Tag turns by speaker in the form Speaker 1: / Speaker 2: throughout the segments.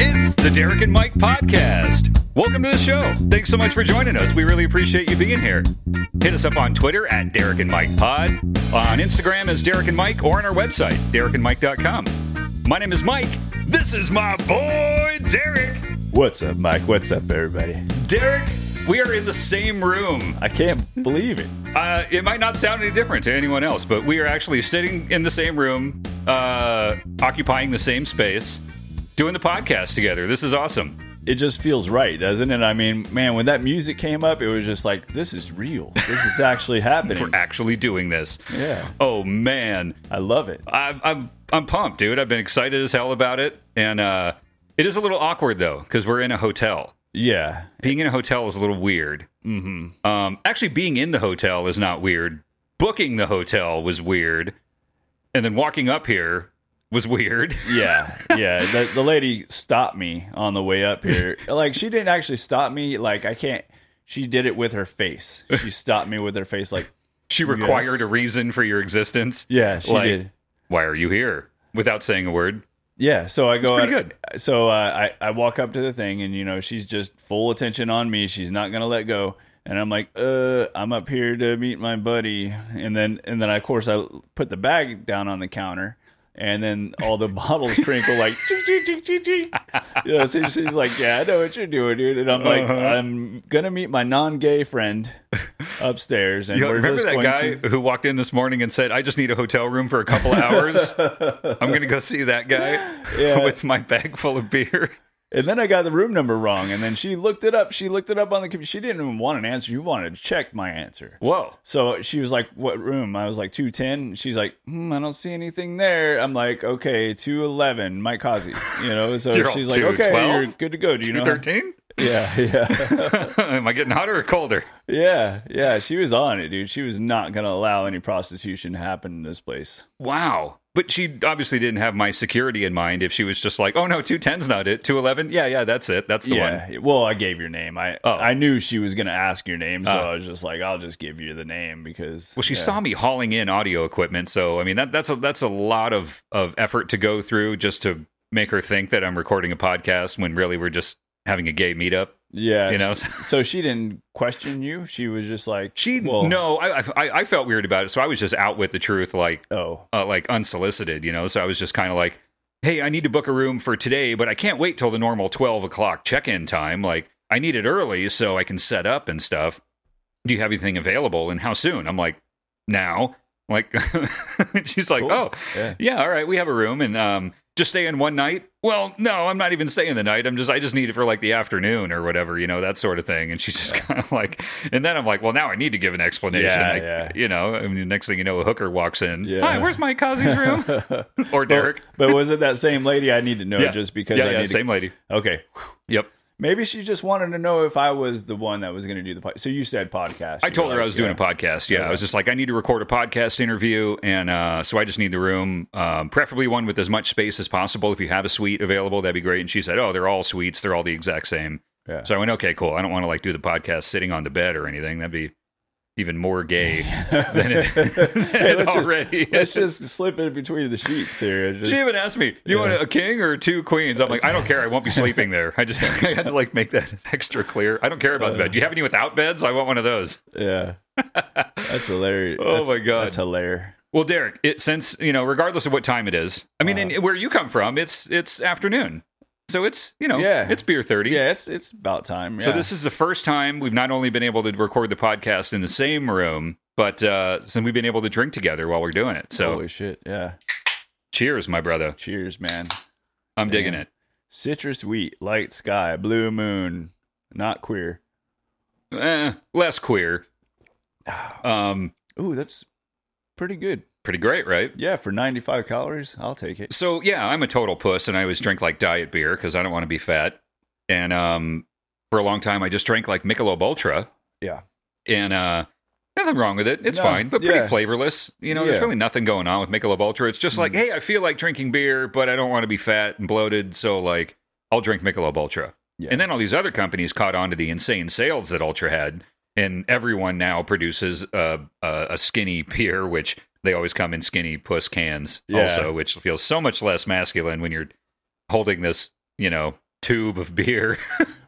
Speaker 1: It's the Derek and Mike podcast. Welcome to the show. Thanks so much for joining us. We really appreciate you being here. Hit us up on Twitter at Derek and Mike Pod, on Instagram as Derek and Mike, or on our website, derekandmike.com. My name is Mike. This is my boy, Derek.
Speaker 2: What's up, Mike? What's up, everybody?
Speaker 1: Derek, we are in the same room.
Speaker 2: I can't believe it.
Speaker 1: Uh, it might not sound any different to anyone else, but we are actually sitting in the same room, uh, occupying the same space, doing the podcast together. This is awesome.
Speaker 2: It just feels right, doesn't it? I mean, man, when that music came up, it was just like, this is real. This is actually
Speaker 1: We're
Speaker 2: happening.
Speaker 1: actually doing this.
Speaker 2: Yeah,
Speaker 1: Oh man,
Speaker 2: I love it.
Speaker 1: I'm I'm I'm pumped, dude. I've been excited as hell about it, and uh, it is a little awkward though because we're in a hotel.
Speaker 2: Yeah,
Speaker 1: Being in a hotel is a little weird. Mm-hmm. Um, actually, being in the hotel is not weird. Booking the hotel was weird, and then walking up here was weird.
Speaker 2: yeah, yeah. The, the lady stopped me on the way up here. Like, she didn't actually stop me. Like, I can't. She did it with her face. She stopped me with her face. Like,
Speaker 1: She required a reason for your existence.
Speaker 2: yeah, she
Speaker 1: Like-
Speaker 2: did.
Speaker 1: Why are you here? Without saying a word.
Speaker 2: Yeah, so I go
Speaker 1: pretty
Speaker 2: out- So uh, I I walk up to the thing, and you know she's just full attention on me. She's not gonna let go, and I'm like, uh, I'm up here to meet my buddy, and then and then of course I put the bag down on the counter, and then all the bottles crinkle like, ching, ching, ching, ching, ching. you know, so she's like, yeah, I know what you're doing, dude, and I'm like,
Speaker 1: Uh-huh.
Speaker 2: I'm gonna meet my non-gay friend upstairs, and
Speaker 1: You know,
Speaker 2: we're
Speaker 1: remember
Speaker 2: just
Speaker 1: that
Speaker 2: going
Speaker 1: guy
Speaker 2: to.
Speaker 1: who walked in this morning and said, "I just need a hotel room for a couple of hours. I'm going to go see that guy
Speaker 2: Yeah.
Speaker 1: with my bag full of beer."
Speaker 2: And then I got the room number wrong, and then she looked it up. She looked it up on the computer. She didn't even want an answer. She wanted to check my answer.
Speaker 1: Whoa!
Speaker 2: So she was like, "What room?" I was like, "210." She's like, hmm, "I don't see anything there." I'm like, "Okay, 211, Mike Kazi." You know, so
Speaker 1: You're all
Speaker 2: she's like, "Okay,
Speaker 1: 212?
Speaker 2: you're good to go." Do you
Speaker 1: You
Speaker 2: know?
Speaker 1: thirteen?
Speaker 2: Yeah, yeah,
Speaker 1: Am I getting hotter or colder?
Speaker 2: yeah, yeah. She was on it, dude. She was not gonna allow any prostitution to happen in this place.
Speaker 1: Wow! But she obviously didn't have my security in mind. If she was just like, "Oh no, two ten's not it. Two eleven? Yeah, yeah, that's it. That's the
Speaker 2: yeah.
Speaker 1: one."
Speaker 2: Well, I gave your name. I
Speaker 1: Oh.
Speaker 2: I knew she was gonna ask your name, so
Speaker 1: Oh.
Speaker 2: I was just like, "I'll just give you the name because."
Speaker 1: Well, she
Speaker 2: yeah.
Speaker 1: saw me hauling in audio equipment, so I mean that that's a that's a lot of of effort to go through just to make her think that I'm recording a podcast when really we're just having a gay meetup.
Speaker 2: Yeah,
Speaker 1: You know?
Speaker 2: s- So she didn't question you. She was just like
Speaker 1: She
Speaker 2: well,
Speaker 1: no, I, I I felt weird about it, so I was just out with the truth, like
Speaker 2: Oh,
Speaker 1: uh, like unsolicited, you know. So I was just kind of like, hey, I need to book a room for today, but I can't wait till the normal twelve o'clock check in time. Like I need it early so I can set up and stuff. Do you have anything available and how soon? I'm like now. Like she's like,
Speaker 2: cool.
Speaker 1: oh
Speaker 2: yeah.
Speaker 1: yeah, all right, we have a room and um just stay in one night. Well, no, I'm not even staying the night. I'm just I just need it for like the afternoon or whatever, you know, that sort of thing. And she's just kind of like and then I'm like, well, now I need to give an explanation.
Speaker 2: Yeah,
Speaker 1: I-
Speaker 2: yeah.
Speaker 1: You know, I mean, the next thing you know, a hooker walks in.
Speaker 2: Yeah.
Speaker 1: Hi, where's my Kazi's room? or Derek.
Speaker 2: But was it that same lady? I need to know
Speaker 1: Yeah.
Speaker 2: just because
Speaker 1: yeah,
Speaker 2: I
Speaker 1: yeah,
Speaker 2: need
Speaker 1: same lady.
Speaker 2: to. Okay,
Speaker 1: Yep.
Speaker 2: maybe she just wanted to know if I was the one that was going to do the podcast. So you said podcast.
Speaker 1: I told her I was doing a podcast. Yeah, I was just like, I need to record a podcast interview, and uh, so I just need the room, um, preferably one with as much space as possible. If you have a suite available, that'd be great. And she said, Oh, they're all suites; they're all the exact same.
Speaker 2: Yeah.
Speaker 1: So I went, Okay, cool. I don't want to like do the podcast sitting on the bed or anything. That'd be even more gay than it, than
Speaker 2: Hey,
Speaker 1: it
Speaker 2: let's just-
Speaker 1: already.
Speaker 2: Let's just slip it between the sheets here. Just,
Speaker 1: she even asked me, "You want a king or two queens?" I'm like, "I don't care. I won't be sleeping there." I just I had to like make that Uh. extra clear. I don't care about the bed. Do you have any without beds? I want one of those.
Speaker 2: yeah, that's hilarious.
Speaker 1: Oh,
Speaker 2: That's-
Speaker 1: my God.
Speaker 2: that's hilarious.
Speaker 1: Well, Derek, it since you know, regardless of what time it is, I mean,
Speaker 2: Uh-huh.
Speaker 1: and where you come from, it's it's afternoon, so it's you know,
Speaker 2: Yeah.
Speaker 1: it's beer thirty.
Speaker 2: Yeah, it's it's about time.
Speaker 1: So
Speaker 2: yeah.
Speaker 1: this is the first time we've not only been able to record the podcast in the same room, but uh, since we've been able to drink together while we're doing it. So
Speaker 2: holy shit. Yeah,
Speaker 1: cheers, my brother.
Speaker 2: cheers, man.
Speaker 1: I'm digging
Speaker 2: Damn.
Speaker 1: it.
Speaker 2: Citrus wheat, light sky, blue moon, not queer.
Speaker 1: Eh, less queer. Um,
Speaker 2: Ooh, that's pretty good.
Speaker 1: pretty great, right?
Speaker 2: Yeah, for 95 calories, I'll take it.
Speaker 1: So yeah, I'm a total puss, and I always drink like diet beer because I don't want to be fat. And um, for a long time, I just drank like Michelob Ultra.
Speaker 2: Yeah.
Speaker 1: and uh, Nothing wrong with it. It's
Speaker 2: No,
Speaker 1: fine, but pretty
Speaker 2: yeah.
Speaker 1: flavorless. You know, there's
Speaker 2: Yeah. Mm.
Speaker 1: really nothing going on with Michelob Ultra. It's just like, hey, I feel like drinking beer, but I don't want to be fat and bloated, so like, I'll drink Michelob Ultra.
Speaker 2: Yeah.
Speaker 1: And then all these other companies caught on to the insane sales that Ultra had, and everyone now produces uh, a, a skinny beer, which they always come in skinny puss cans,
Speaker 2: Yeah.
Speaker 1: also, which feels so much less masculine when you're holding this, you know, tube of beer.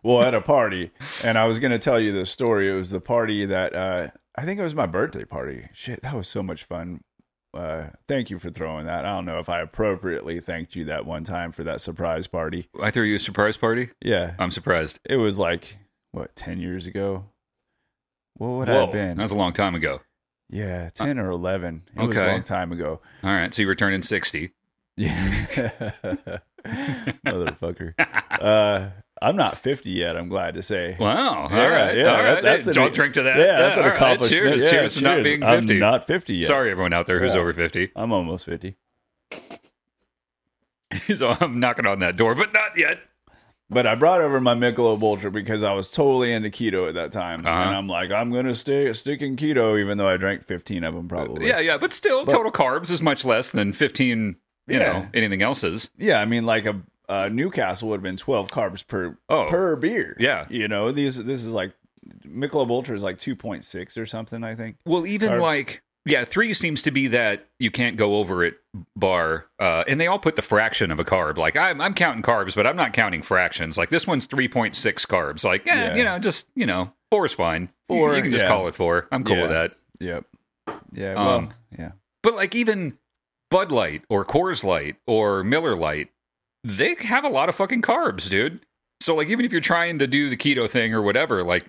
Speaker 2: well at a party and i was going to tell you this story it was the party that uh, i think it was my birthday party shit that was so much fun uh, thank you for throwing that i don't know if i appropriately thanked you that one time for that surprise party
Speaker 1: I threw you a surprise party.
Speaker 2: yeah
Speaker 1: I'm surprised.
Speaker 2: it was like what 10 years ago what would i
Speaker 1: Whoa,
Speaker 2: have been
Speaker 1: That was a long time ago.
Speaker 2: yeah 10 or 11 it was a
Speaker 1: okay.
Speaker 2: long time ago
Speaker 1: All right, so you were turning 60.
Speaker 2: yeah motherfucker uh, i'm not 50 yet i'm glad to say
Speaker 1: Wow. All
Speaker 2: Yeah,
Speaker 1: right.
Speaker 2: yeah,
Speaker 1: all
Speaker 2: that-
Speaker 1: right.
Speaker 2: that's an- e-
Speaker 1: Don't drink to that.
Speaker 2: Yeah, that's an
Speaker 1: all right,
Speaker 2: accomplishment.
Speaker 1: Cheers.
Speaker 2: Yeah,
Speaker 1: cheers to not
Speaker 2: cheers.
Speaker 1: being 50.
Speaker 2: I'm not 50 yet.
Speaker 1: Sorry, everyone out there who's
Speaker 2: Yeah.
Speaker 1: over 50.
Speaker 2: I'm almost 50.
Speaker 1: so I'm knocking on that door, but not yet.
Speaker 2: But I brought over my Michelob Ultra because I was totally into keto at that time,
Speaker 1: Uh-huh.
Speaker 2: and I'm like, I'm gonna stay stick in keto, even though I drank 15 of them probably.
Speaker 1: Yeah, yeah, but still, total carbs is much less than 15. You
Speaker 2: Yeah.
Speaker 1: know anything else is?
Speaker 2: yeah. I mean, like a uh, Newcastle would have been 12 carbs per
Speaker 1: Oh.
Speaker 2: per beer.
Speaker 1: Yeah.
Speaker 2: you know these. This is like Michelob Ultra is like 2.6 or something. I think.
Speaker 1: Well, even
Speaker 2: Carbs.
Speaker 1: like yeah, three seems to be that you can't go over it bar, uh, and they all put the fraction of a carb. Like I'm, I'm counting carbs, but I'm not counting fractions. Like this one's 3.6 carbs. Like eh,
Speaker 2: Yeah.
Speaker 1: you know, just you know, four is fine.
Speaker 2: Four,
Speaker 1: you, you can just
Speaker 2: yeah.
Speaker 1: call it four. I'm cool
Speaker 2: Yeah.
Speaker 1: with that.
Speaker 2: Yep. Yeah. Well.
Speaker 1: Um,
Speaker 2: yeah.
Speaker 1: But like even Bud Light or Coors Light or Miller Light, they have a lot of fucking carbs, dude. So like even if you're trying to do the keto thing or whatever, like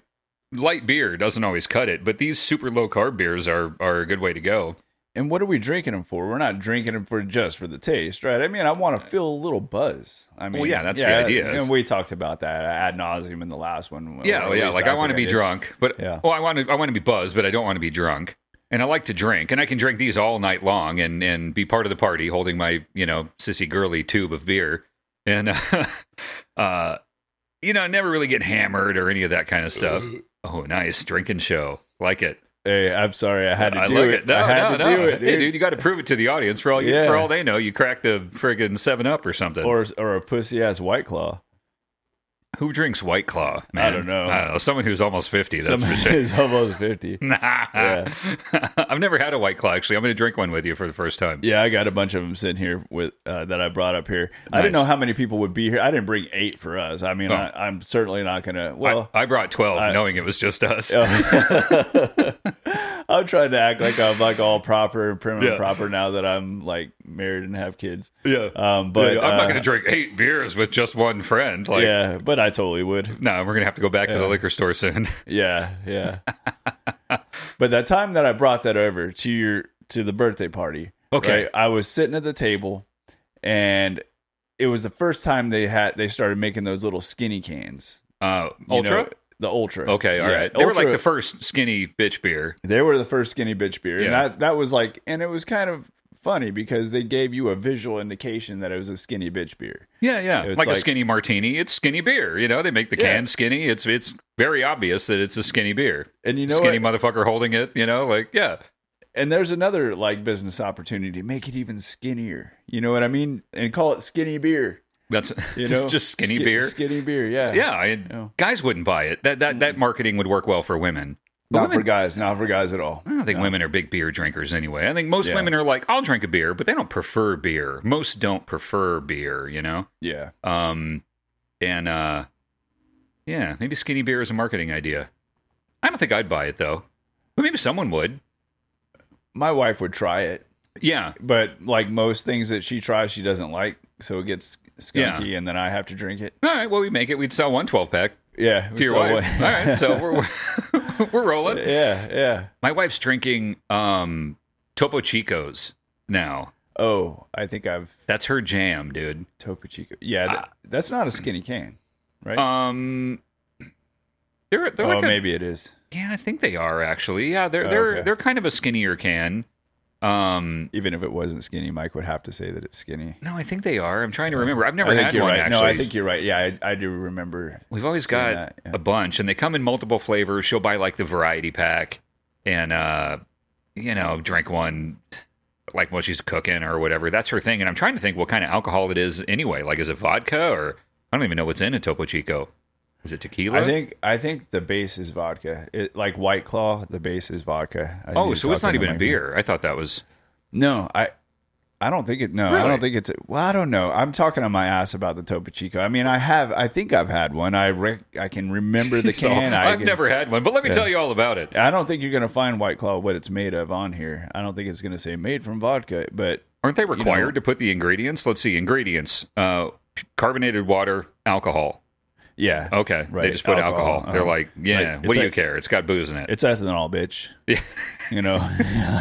Speaker 1: light beer doesn't always cut it, but these super low carb beers are are a good way to go.
Speaker 2: And what are we drinking them for? We're not drinking them for just for the taste, right? I mean, I want to feel a little buzz. I mean,
Speaker 1: Well, yeah, that's the idea.
Speaker 2: And we talked about that ad nauseum in the last one. Or
Speaker 1: Oh, yeah,
Speaker 2: at
Speaker 1: yeah,
Speaker 2: least
Speaker 1: like I, want to be
Speaker 2: think did.
Speaker 1: drunk, but
Speaker 2: Yeah.
Speaker 1: well I want to I want to be buzzed, but I don't want to be drunk. And I like to drink, and I can drink these all night long and and be part of the party holding my, you know, sissy girly tube of beer. And uh, uh you know, never really get hammered or any of that kind of stuff. Oh, nice drinking show. Like it.
Speaker 2: Hey, I'm sorry, I had to
Speaker 1: I
Speaker 2: do
Speaker 1: like
Speaker 2: it.
Speaker 1: it. No,
Speaker 2: I had
Speaker 1: no,
Speaker 2: to
Speaker 1: no.
Speaker 2: do it, dude.
Speaker 1: Hey, dude, you got to prove it to the audience. For all you,
Speaker 2: Yeah.
Speaker 1: for all they know, you cracked a friggin' Seven Up or something.
Speaker 2: Or or a pussy ass white claw.
Speaker 1: who drinks White Claw? Man?
Speaker 2: don't know.
Speaker 1: Someone who's almost fifty. That's
Speaker 2: Some
Speaker 1: for sure.
Speaker 2: is almost fifty.
Speaker 1: Nah. I've never had a White Claw. Actually, I'm going to drink one with you for the first time.
Speaker 2: Yeah, I got a bunch of them sitting here with uh, that I brought up here. I didn't
Speaker 1: Nice.
Speaker 2: know how many people would be here. I didn't bring eight for us. I mean,
Speaker 1: Oh.
Speaker 2: I, I'm certainly not gonna. Well,
Speaker 1: I brought twelve,
Speaker 2: I-
Speaker 1: knowing it was just us.
Speaker 2: I'm trying to act like I'm like all proper, prim and
Speaker 1: Yeah.
Speaker 2: proper now that I'm like married and have kids.
Speaker 1: Yeah.
Speaker 2: Um, but
Speaker 1: I'm not
Speaker 2: uh,
Speaker 1: going to drink eight beers with just one friend. Like,
Speaker 2: yeah, but I totally would.
Speaker 1: no, we're going to have to go back to the liquor store soon.
Speaker 2: Yeah, yeah. but that time that I brought that over to your to the birthday party,
Speaker 1: Okay.
Speaker 2: I was sitting at the table, and it was the first time they had they started making those little skinny cans.
Speaker 1: Uh,
Speaker 2: you
Speaker 1: Ultra.
Speaker 2: know, the Ultra.
Speaker 1: Okay, all right.
Speaker 2: Yeah,
Speaker 1: They were like
Speaker 2: Ultra-
Speaker 1: the first skinny bitch beer.
Speaker 2: They were the first skinny bitch beer. And
Speaker 1: Yeah.
Speaker 2: that, that was like, and it was kind of funny because they gave you a visual indication that it was a skinny bitch beer.
Speaker 1: Yeah, yeah.
Speaker 2: It's
Speaker 1: Like, a
Speaker 2: like-
Speaker 1: skinny martini, it's skinny beer. You know, they make the
Speaker 2: Yeah.
Speaker 1: can skinny. It's it's very obvious that it's a skinny beer.
Speaker 2: And you know
Speaker 1: skinny
Speaker 2: what?
Speaker 1: motherfucker holding it. You know, like yeah,
Speaker 2: and there's another like business opportunity. Make it even skinnier. You know what I mean? And call it skinny beer.
Speaker 1: that's
Speaker 2: You
Speaker 1: just,
Speaker 2: know?
Speaker 1: just skinny
Speaker 2: Ski-
Speaker 1: beer.
Speaker 2: Skinny beer, yeah.
Speaker 1: yeah, I,
Speaker 2: Yeah. Mm.
Speaker 1: guys wouldn't buy it. That that that marketing would work well for women.
Speaker 2: Not
Speaker 1: women-
Speaker 2: for guys, not for guys at all.
Speaker 1: I don't think women are big beer drinkers anyway. I think most
Speaker 2: Yeah.
Speaker 1: women are like, I'll drink a beer, but they don't prefer beer. Most don't prefer beer. You know,
Speaker 2: Yeah.
Speaker 1: um, and uh, yeah, maybe skinny beer is a marketing idea. I don't think I'd buy it though, but maybe someone would.
Speaker 2: My wife would try it,
Speaker 1: Yeah,
Speaker 2: but like most things that she tries, she doesn't like. So it gets skunky and then I have to drink it.
Speaker 1: All right. Well, we make it. We'd sell one 12 pack
Speaker 2: Yeah.
Speaker 1: to your
Speaker 2: so-
Speaker 1: wife. All right. So we're we're rolling.
Speaker 2: yeah, yeah.
Speaker 1: My wife's drinking um Topo Chicos now.
Speaker 2: Oh, I think I've
Speaker 1: That's her jam, dude.
Speaker 2: Topo Chico. Yeah, th- that's not a skinny can, right?
Speaker 1: Um, they're they're
Speaker 2: oh,
Speaker 1: like a-
Speaker 2: maybe it is.
Speaker 1: yeah, I think they are actually. Yeah, they're they're
Speaker 2: okay.
Speaker 1: they're kind of a skinnier can. Um,
Speaker 2: Even if it wasn't skinny, Mike would have to say that it's skinny.
Speaker 1: no, I think they are. I'm trying to remember. I've never
Speaker 2: I think
Speaker 1: had
Speaker 2: you're
Speaker 1: one
Speaker 2: right.
Speaker 1: actually.
Speaker 2: No, I think you're right. Yeah, I, I do remember.
Speaker 1: We've always
Speaker 2: Seen
Speaker 1: got
Speaker 2: that, yeah.
Speaker 1: a bunch, and they come in multiple flavors. She'll buy like the variety pack, and uh, you know, drink one like while she's cooking or whatever. That's her thing. And I'm trying to think what kind of alcohol it is anyway. Like, is it vodka or I don't even know what's in a Topo Chico. Is it tequila?
Speaker 2: I think I think the base is vodka. It, like White Claw, the base is vodka. I
Speaker 1: Oh,
Speaker 2: need to
Speaker 1: so it's
Speaker 2: talk
Speaker 1: not
Speaker 2: into
Speaker 1: even a
Speaker 2: my
Speaker 1: beer. I thought that was.
Speaker 2: No, I I don't think it no, I
Speaker 1: Really?
Speaker 2: don't think it's well, I don't know. I'm talking on my ass about the Topo Chico. I mean, I have I think I've had one. I rec- I can remember the
Speaker 1: So,
Speaker 2: can. I
Speaker 1: I've
Speaker 2: can-
Speaker 1: never had one, but let me tell you all about it.
Speaker 2: I don't think you're going to find White Claw what it's made of on here. I don't think it's going to say made from vodka, but
Speaker 1: Aren't they required to put the ingredients? Let's see, ingredients: uh, carbonated water, alcohol.
Speaker 2: yeah.
Speaker 1: Okay, they
Speaker 2: Right,
Speaker 1: just put alcohol.
Speaker 2: alcohol,
Speaker 1: They're
Speaker 2: uh-huh.
Speaker 1: like, yeah,
Speaker 2: like-
Speaker 1: what
Speaker 2: it's
Speaker 1: do you
Speaker 2: like-
Speaker 1: care? It's got booze in it.
Speaker 2: It's ethanol, bitch.
Speaker 1: Yeah.
Speaker 2: You know.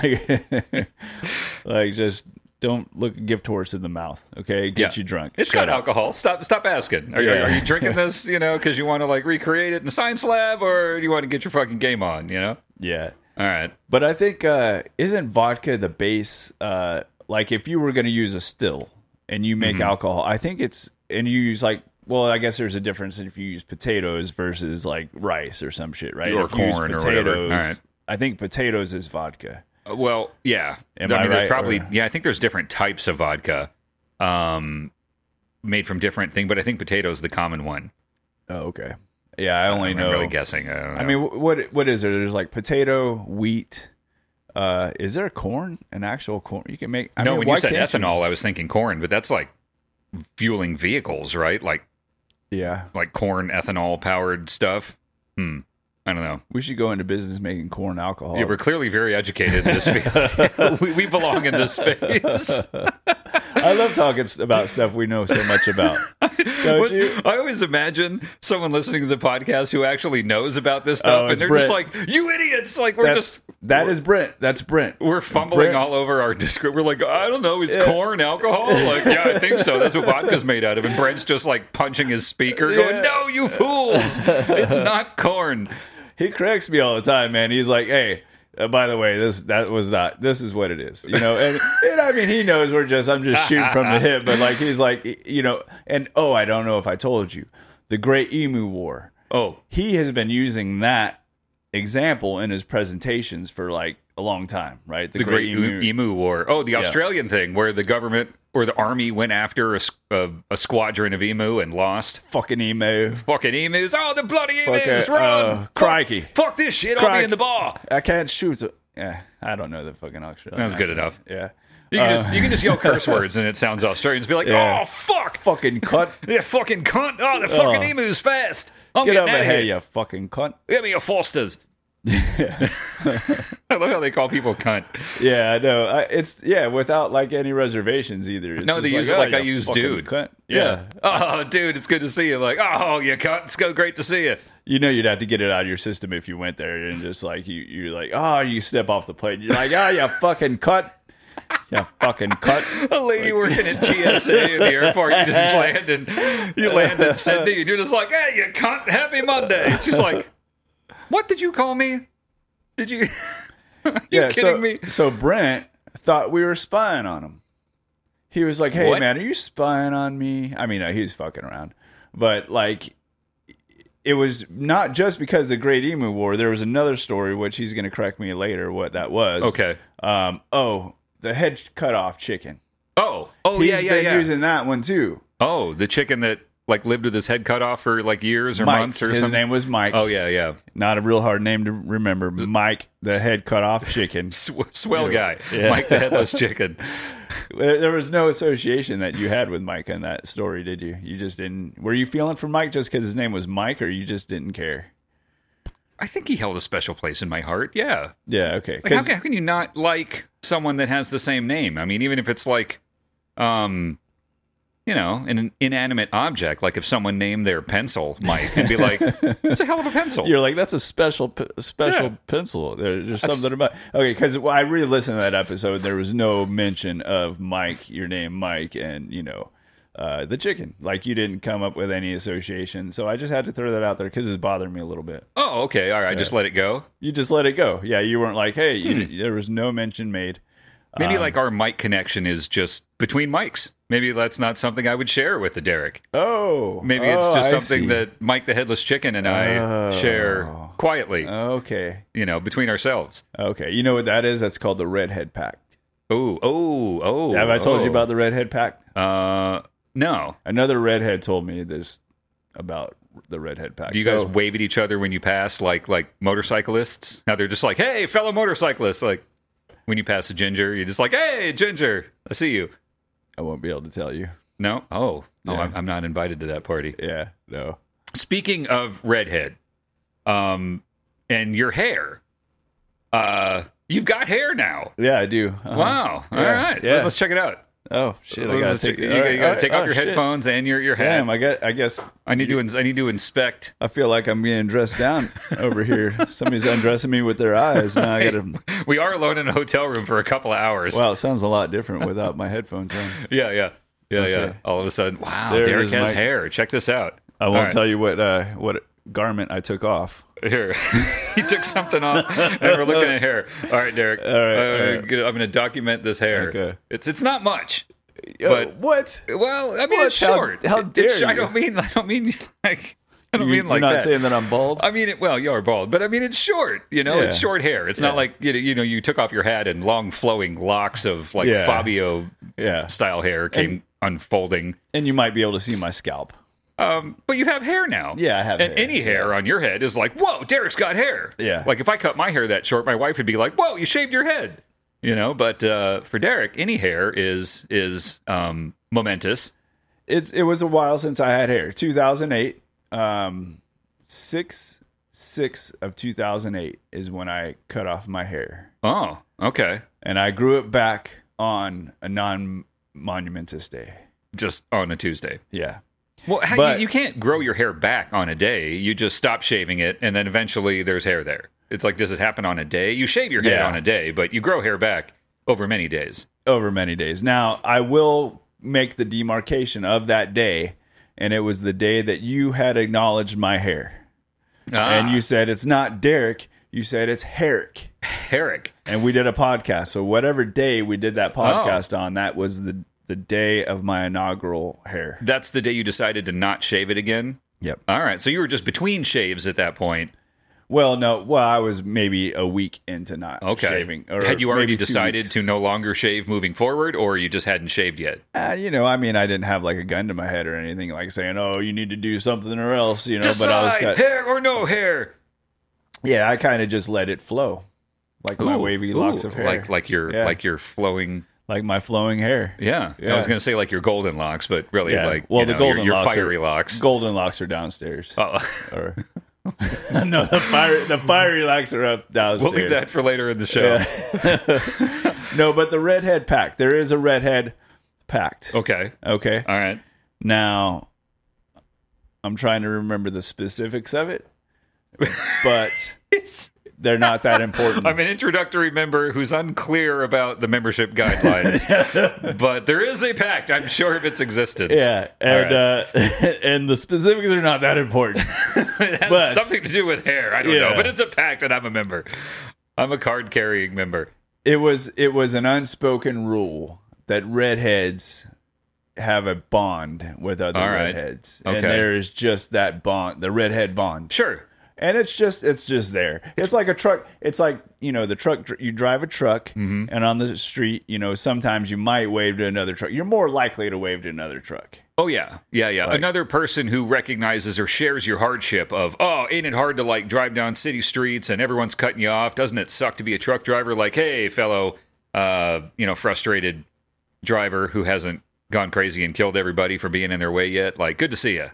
Speaker 2: like, like just don't look a gift horse in the mouth, okay? Get
Speaker 1: Yeah.
Speaker 2: you drunk.
Speaker 1: It's
Speaker 2: Shut
Speaker 1: got
Speaker 2: up.
Speaker 1: alcohol. Stop, stop asking. Are, you
Speaker 2: Yeah.
Speaker 1: are you drinking this, you know, because you want to like recreate it in science lab, or do you want to get your fucking game on? You know.
Speaker 2: Yeah.
Speaker 1: All right.
Speaker 2: But I think uh, isn't vodka the base? Uh, like if you were going to use a still and you
Speaker 1: Mm-hmm.
Speaker 2: make alcohol, I think it's and you use like well, I guess there's a difference if you use potatoes versus like rice or some shit, right?
Speaker 1: Or
Speaker 2: If you use
Speaker 1: corn or whatever. All right.
Speaker 2: I think potatoes is vodka.
Speaker 1: Uh, Well, yeah.
Speaker 2: Am I
Speaker 1: there's
Speaker 2: right,
Speaker 1: probably
Speaker 2: or-
Speaker 1: yeah, I think there's different types of vodka um made from different thing, but I think potato is the common one.
Speaker 2: Oh, okay. Yeah, I only
Speaker 1: I'm
Speaker 2: know.
Speaker 1: really guessing. I, don't
Speaker 2: Oh. I
Speaker 1: know.
Speaker 2: mean, wh- what what is there? There's like potato, wheat. Uh, is there corn? An actual corn? You can make. I
Speaker 1: no,
Speaker 2: mean,
Speaker 1: when
Speaker 2: why
Speaker 1: you said
Speaker 2: can't
Speaker 1: ethanol, I was thinking corn, but that's like fueling vehicles, right? Like
Speaker 2: Yeah,
Speaker 1: like corn ethanol powered stuff. Hmm. I don't know.
Speaker 2: we should go into business making corn alcohol.
Speaker 1: Yeah, we're clearly very educated in this field. we, we belong in this space.
Speaker 2: I love talking s- about stuff we know so much about. Don't
Speaker 1: What-
Speaker 2: you?
Speaker 1: I always imagine someone listening to the podcast who actually knows about this stuff,
Speaker 2: Oh,
Speaker 1: and
Speaker 2: it's
Speaker 1: they're just
Speaker 2: Brett.
Speaker 1: like, "You idiots!" Like we're
Speaker 2: That's,
Speaker 1: just
Speaker 2: that is Brent. That's Brent.
Speaker 1: we're fumbling
Speaker 2: Brett-
Speaker 1: all over our description. We're like, "I don't know, is corn alcohol?" Like, yeah, I think so. That's what vodka's made out of. And Brent's just like punching his speaker, going,
Speaker 2: Yeah.
Speaker 1: "No, you fools! It's not corn."
Speaker 2: He corrects me all the time, man. He's like, "Hey, uh, by the way, this that was not. This is what it is." You know, and, and I mean, he knows we're just. I'm just shooting from the hip, but like he's like, y- you know, and oh, I don't know if I told you, the Great Emu War.
Speaker 1: Oh,
Speaker 2: He has been using that example in his presentations for like a long time, right?
Speaker 1: the Great Emu, Emu War. Oh, the Australian thing where the government or the army went after a, s- a- a squadron of emu and lost.
Speaker 2: fucking emu.
Speaker 1: Fucking emus! Oh, the bloody emus!
Speaker 2: Fuck it.
Speaker 1: Run!
Speaker 2: Oh, crikey.
Speaker 1: Fuck this shit! I'll be
Speaker 2: Crack.
Speaker 1: in the bar.
Speaker 2: I can't shoot. a- Yeah, I don't know the fucking Australian.
Speaker 1: That was good
Speaker 2: accent.
Speaker 1: enough.
Speaker 2: Yeah.
Speaker 1: You can, just, you can just yell curse words and it sounds Australian. Just be like,
Speaker 2: Yeah.
Speaker 1: oh, fuck.
Speaker 2: Fucking cunt.
Speaker 1: Yeah, fucking cunt. Oh, the fucking emu's fast. I'm
Speaker 2: Get
Speaker 1: getting
Speaker 2: over
Speaker 1: outta
Speaker 2: here,
Speaker 1: here.
Speaker 2: you fucking cunt.
Speaker 1: Give me your Fosters. I love how they call people cunt.
Speaker 2: Yeah, I know. I, it's yeah, without like any reservations either. It's
Speaker 1: No,
Speaker 2: just
Speaker 1: they use it like
Speaker 2: "Oh,
Speaker 1: I
Speaker 2: you
Speaker 1: use
Speaker 2: fucking
Speaker 1: dude."
Speaker 2: Cunt.
Speaker 1: Yeah.
Speaker 2: Yeah.
Speaker 1: Oh, dude, it's good to see you. Like, oh, you cunt. It's so great to see you.
Speaker 2: you know you'd have to get it out of your system if you went there and just like you you like oh you step off the plate. You're like oh you fucking cunt, you fucking cunt.
Speaker 1: A lady working at TSA in the airport, you just land in, you land in Sydney and you're just like, hey, you cunt. Happy Monday. She's like, what did you call me? Did you. Are you
Speaker 2: yeah,
Speaker 1: kidding
Speaker 2: so,
Speaker 1: me?
Speaker 2: So Brent thought we were spying on him. He was like, "Hey
Speaker 1: What?
Speaker 2: man, are you spying on me?" I mean, uh, he was fucking around, but like, it was not just because of the Great Emu War. There was another story which he's going to correct me later what that was.
Speaker 1: Okay.
Speaker 2: Um. Oh, the head cut off chicken.
Speaker 1: Oh, oh
Speaker 2: He's
Speaker 1: yeah, yeah,
Speaker 2: been
Speaker 1: yeah.
Speaker 2: using that one too.
Speaker 1: oh, the chicken that like lived with his head cut off for like years or
Speaker 2: Mike.
Speaker 1: months or
Speaker 2: His
Speaker 1: something.
Speaker 2: name was Mike.
Speaker 1: Oh yeah, yeah.
Speaker 2: Not a real hard name to remember. Mike, the head cut off chicken.
Speaker 1: Sw- swell guy,
Speaker 2: Yeah.
Speaker 1: Mike the headless chicken.
Speaker 2: There, there was no association that you had with Mike in that story, did you? You just didn't. Were you feeling for Mike just because his name was Mike, or you just didn't care?
Speaker 1: I think he held a special place in my heart. Yeah.
Speaker 2: Yeah. Okay.
Speaker 1: Like, how,
Speaker 2: 'Cause-
Speaker 1: can, how can you not like someone that has the same name? I mean, even if it's like, um, you know, an inanimate object. Like if someone named their pencil Mike, and be like, "It's a hell of a pencil."
Speaker 2: You're like that's a special, p- special
Speaker 1: Yeah.
Speaker 2: pencil. There, there's something about okay. Because I really listened to that episode. There was no mention of Mike, your name Mike, and you know, uh, the chicken. Like you didn't come up with any association. So I just had to throw that out there because it's bothering me a little bit.
Speaker 1: oh, okay, all right. Just let it go. Hmm.
Speaker 2: You just let it go. Yeah, you weren't like, hey, you, there was no mention made.
Speaker 1: Maybe like our mic connection is just between mics. Maybe that's not something I would share with the Derek.
Speaker 2: Oh,
Speaker 1: Maybe it's
Speaker 2: oh,
Speaker 1: just
Speaker 2: I
Speaker 1: something
Speaker 2: see.
Speaker 1: that Mike the Headless Chicken and I
Speaker 2: Oh.
Speaker 1: share quietly,
Speaker 2: Okay,
Speaker 1: you know, between ourselves.
Speaker 2: okay. You know what that is? That's called the redhead pact.
Speaker 1: Oh, oh, oh.
Speaker 2: Have I told you
Speaker 1: oh.
Speaker 2: about the redhead pact?
Speaker 1: Uh, no.
Speaker 2: Another redhead told me this about the redhead pact.
Speaker 1: Do you
Speaker 2: So-
Speaker 1: guys wave at each other when you pass, like like motorcyclists? Now they're just like, "Hey, fellow motorcyclists!" Like when you pass a ginger, you're just like, "Hey, ginger, I see you."
Speaker 2: I won't be able to tell you.
Speaker 1: No, oh, oh,
Speaker 2: Yeah.
Speaker 1: I'm, I'm not invited to that party.
Speaker 2: Yeah, no.
Speaker 1: Speaking of redhead, um, and your hair, uh, you've got hair now.
Speaker 2: Yeah, I do. Uh-huh.
Speaker 1: Wow! All
Speaker 2: Yeah.
Speaker 1: right,
Speaker 2: Yeah.
Speaker 1: let's check it out.
Speaker 2: Oh shit! I gotta
Speaker 1: Let's
Speaker 2: take.
Speaker 1: check- you,
Speaker 2: all right,
Speaker 1: you gotta
Speaker 2: all
Speaker 1: take
Speaker 2: right.
Speaker 1: off
Speaker 2: Oh,
Speaker 1: your
Speaker 2: shit.
Speaker 1: headphones and your your hat.
Speaker 2: Damn, I got. I guess
Speaker 1: I need to ins- I need to inspect.
Speaker 2: I feel like I'm getting dressed down over here. Somebody's undressing me with their eyes. Now I gotta.
Speaker 1: We are alone in a hotel room for a couple of hours.
Speaker 2: Wow, it sounds a lot different without my headphones on.
Speaker 1: Yeah, yeah. Yeah, yeah.
Speaker 2: Okay.
Speaker 1: All of a sudden, wow,
Speaker 2: There it
Speaker 1: Derek
Speaker 2: is,
Speaker 1: has
Speaker 2: Mike.
Speaker 1: hair. Check this out.
Speaker 2: I
Speaker 1: All
Speaker 2: won't
Speaker 1: right.
Speaker 2: tell you what uh, what garment I took off.
Speaker 1: Here. he took something off and we're looking at hair. All right, Derek. All
Speaker 2: right,
Speaker 1: uh,
Speaker 2: all right.
Speaker 1: good- I'm going to document this hair.
Speaker 2: Okay.
Speaker 1: It's it's not much.
Speaker 2: Oh,
Speaker 1: But-
Speaker 2: what?
Speaker 1: Well, I mean
Speaker 2: What?
Speaker 1: it's
Speaker 2: How-
Speaker 1: short.
Speaker 2: how
Speaker 1: It- it's
Speaker 2: dare
Speaker 1: sh- I
Speaker 2: you.
Speaker 1: don't mean I don't mean like I don't
Speaker 2: You,
Speaker 1: mean like
Speaker 2: are not
Speaker 1: that. Uh,
Speaker 2: saying that I'm bald.
Speaker 1: I mean it well, you are bald, but I mean it's short, you know, it's
Speaker 2: Yeah.
Speaker 1: short hair. It's not
Speaker 2: Yeah.
Speaker 1: like you know, you know you took off your hat and long flowing locks of like
Speaker 2: Yeah.
Speaker 1: Fabio
Speaker 2: yeah,
Speaker 1: style hair came unfolding.
Speaker 2: and you might be able to see my scalp.
Speaker 1: Um, but you have hair now.
Speaker 2: Yeah, I have
Speaker 1: And
Speaker 2: hair.
Speaker 1: any hair on your head is like, whoa, Derek's got hair.
Speaker 2: Yeah.
Speaker 1: Like if I cut my hair that short, my wife would be like, whoa, you shaved your head. You know, but uh, for Derek, any hair is is um, momentous.
Speaker 2: It's it was a while since I had hair. 2008, um, six six of 2008 is when I cut off my hair,
Speaker 1: Oh, okay.
Speaker 2: and I grew it back on a non-monumentous day.
Speaker 1: Just on a Tuesday.
Speaker 2: Yeah,
Speaker 1: Well, how,
Speaker 2: But-
Speaker 1: you, you can't grow your hair back on a day. You just stop shaving it, and then eventually there's hair there. It's like, does it happen on a day? You shave your head
Speaker 2: Yeah.
Speaker 1: on a day, but you grow hair back over many days.
Speaker 2: over many days. Now, I will make the demarcation of that day, and it was the day that you had acknowledged my hair.
Speaker 1: Ah.
Speaker 2: And you said it's not Derek, you said it's Herrick.
Speaker 1: Herrick.
Speaker 2: And we did a podcast. So whatever day we did
Speaker 1: Oh.
Speaker 2: that podcast on, that was the the day of my inaugural hair.
Speaker 1: That's the day you decided to not shave it again.
Speaker 2: Yep.
Speaker 1: All right, so you were just between shaves at that point.
Speaker 2: Well, no, well, I was maybe a week into not
Speaker 1: Okay,
Speaker 2: shaving.
Speaker 1: had you already
Speaker 2: maybe two
Speaker 1: decided
Speaker 2: weeks.
Speaker 1: to no longer shave moving forward, or you just hadn't shaved yet?
Speaker 2: Uh, you know, I mean, I didn't have like a gun to my head or anything like saying, "Oh, you need to do something or else," you know. but I was
Speaker 1: Decide
Speaker 2: got,
Speaker 1: hair or no hair.
Speaker 2: Yeah, I kind of just let it flow, like my
Speaker 1: Ooh,
Speaker 2: wavy
Speaker 1: ooh,
Speaker 2: locks of hair,
Speaker 1: like
Speaker 2: like,
Speaker 1: like your
Speaker 2: Yeah.
Speaker 1: like your flowing.
Speaker 2: my flowing hair.
Speaker 1: Yeah. I
Speaker 2: Yeah.
Speaker 1: was gonna say like your golden locks, but really
Speaker 2: Yeah.
Speaker 1: like
Speaker 2: Well,
Speaker 1: you
Speaker 2: the
Speaker 1: know,
Speaker 2: golden
Speaker 1: your, your
Speaker 2: locks are-
Speaker 1: fiery locks.
Speaker 2: Golden locks are downstairs.
Speaker 1: Oh,
Speaker 2: Or no, the fire the fiery locks are up
Speaker 1: we'll
Speaker 2: downstairs.
Speaker 1: leave that for later in the show.
Speaker 2: No, but the redhead pact. There is a redhead pact.
Speaker 1: Okay,
Speaker 2: Okay.
Speaker 1: all right.
Speaker 2: Now, I'm trying to remember the specifics of it, but they're not that important.
Speaker 1: I'm an introductory member who's unclear about the membership guidelines, but there is a pact. I'm sure of its existence.
Speaker 2: yeah, and uh, and the specifics are not that important.
Speaker 1: It has
Speaker 2: But-
Speaker 1: something to do with hair. I don't know,
Speaker 2: Yeah.
Speaker 1: but it's a pact, and I'm a member. I'm a card carrying member.
Speaker 2: it was it was an unspoken rule that redheads have a bond with other
Speaker 1: All right.
Speaker 2: redheads
Speaker 1: Okay.
Speaker 2: and there is just that bond the redhead bond
Speaker 1: Sure.
Speaker 2: and it's just it's just there it's like a truck it's like you know the truck dr- you drive a truck
Speaker 1: Mm-hmm.
Speaker 2: and on the street you know sometimes you might wave to another truck you're more likely to wave to another truck
Speaker 1: Oh yeah, yeah, yeah. Another person who recognizes or shares your hardship of oh, ain't it hard to like drive down city streets and everyone's cutting you off? Doesn't it suck to be a truck driver? Like, hey, fellow, uh, you know, frustrated driver who hasn't gone crazy and killed everybody for being in their way yet. Like, good to see you.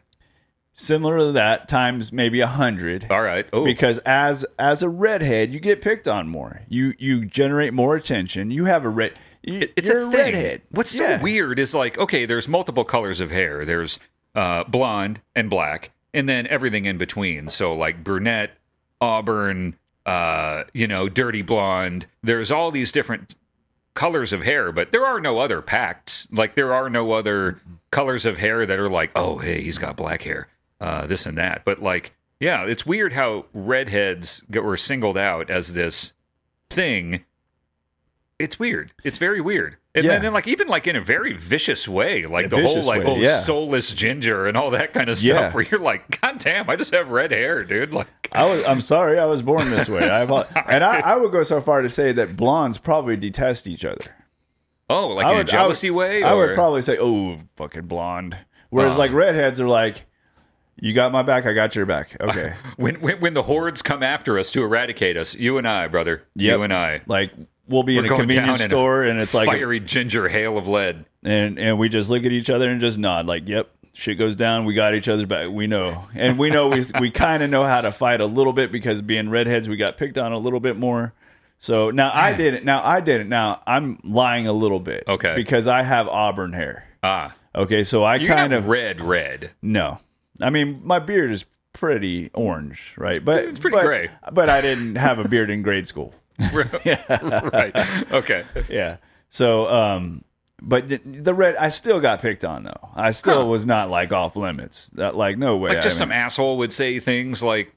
Speaker 2: similar to that times maybe a hundred
Speaker 1: All right. Oh,
Speaker 2: because as as a redhead you get picked on more you you generate more attention you have a red you,
Speaker 1: it's
Speaker 2: you're
Speaker 1: a thing.
Speaker 2: redhead
Speaker 1: What's so
Speaker 2: Yeah.
Speaker 1: weird is like, okay, there's multiple colors of hair. There's uh, blonde and black, and then everything in between. So like brunette, auburn, uh, you know, dirty blonde. There's all these different colors of hair, but there are no other pacts. Like there are no other colors of hair that are like, oh, hey, he's got black hair, uh, this and that. But like, yeah, it's weird how redheads get, were singled out as this thing it's weird. It's very weird. And
Speaker 2: Yeah.
Speaker 1: then, then, like, even like in a very vicious way, like
Speaker 2: A
Speaker 1: the whole
Speaker 2: vicious
Speaker 1: like
Speaker 2: way,
Speaker 1: oh
Speaker 2: yeah.
Speaker 1: soulless ginger and all that kind of stuff.
Speaker 2: Yeah.
Speaker 1: Where you're like, God damn, I just have red hair, dude. Like,
Speaker 2: I was, I'm sorry, I was born this way. I apo- and I, I would go so far to say that blondes probably detest each other.
Speaker 1: oh, like
Speaker 2: I
Speaker 1: in
Speaker 2: would,
Speaker 1: a jealousy
Speaker 2: I would,
Speaker 1: way.
Speaker 2: I would
Speaker 1: or- Oh.
Speaker 2: probably say, "Oh, fucking blonde." Whereas like redheads are like, "You got my back, I got your back." Okay,
Speaker 1: when, when when the hordes come after us to eradicate us, you and I, brother,
Speaker 2: Yep.
Speaker 1: you and I,
Speaker 2: like we'll be in a
Speaker 1: going
Speaker 2: convenience
Speaker 1: down in a
Speaker 2: store and it's like,
Speaker 1: fiery ginger hail of lead.
Speaker 2: and and we just look at each other and just nod, like, "Yep." Shit goes down. We got each other's back. We know, and we know we we kind of know how to fight a little bit because being redheads, we got picked on a little bit more. So now I did it. Now I did it. Now I'm lying a little bit,
Speaker 1: Okay.
Speaker 2: because I have auburn hair.
Speaker 1: Ah,
Speaker 2: Okay, so I
Speaker 1: you're
Speaker 2: kind
Speaker 1: not
Speaker 2: of
Speaker 1: red, red.
Speaker 2: No, I mean my beard is pretty orange, right? But
Speaker 1: it's pretty
Speaker 2: but-
Speaker 1: gray.
Speaker 2: But I didn't have a beard in grade school.
Speaker 1: right. Okay.
Speaker 2: Yeah. So, um, but th- the red, I still got picked on though. I still was not like off limits. That like no way.
Speaker 1: Like just
Speaker 2: I
Speaker 1: some
Speaker 2: mean,
Speaker 1: asshole would say things like,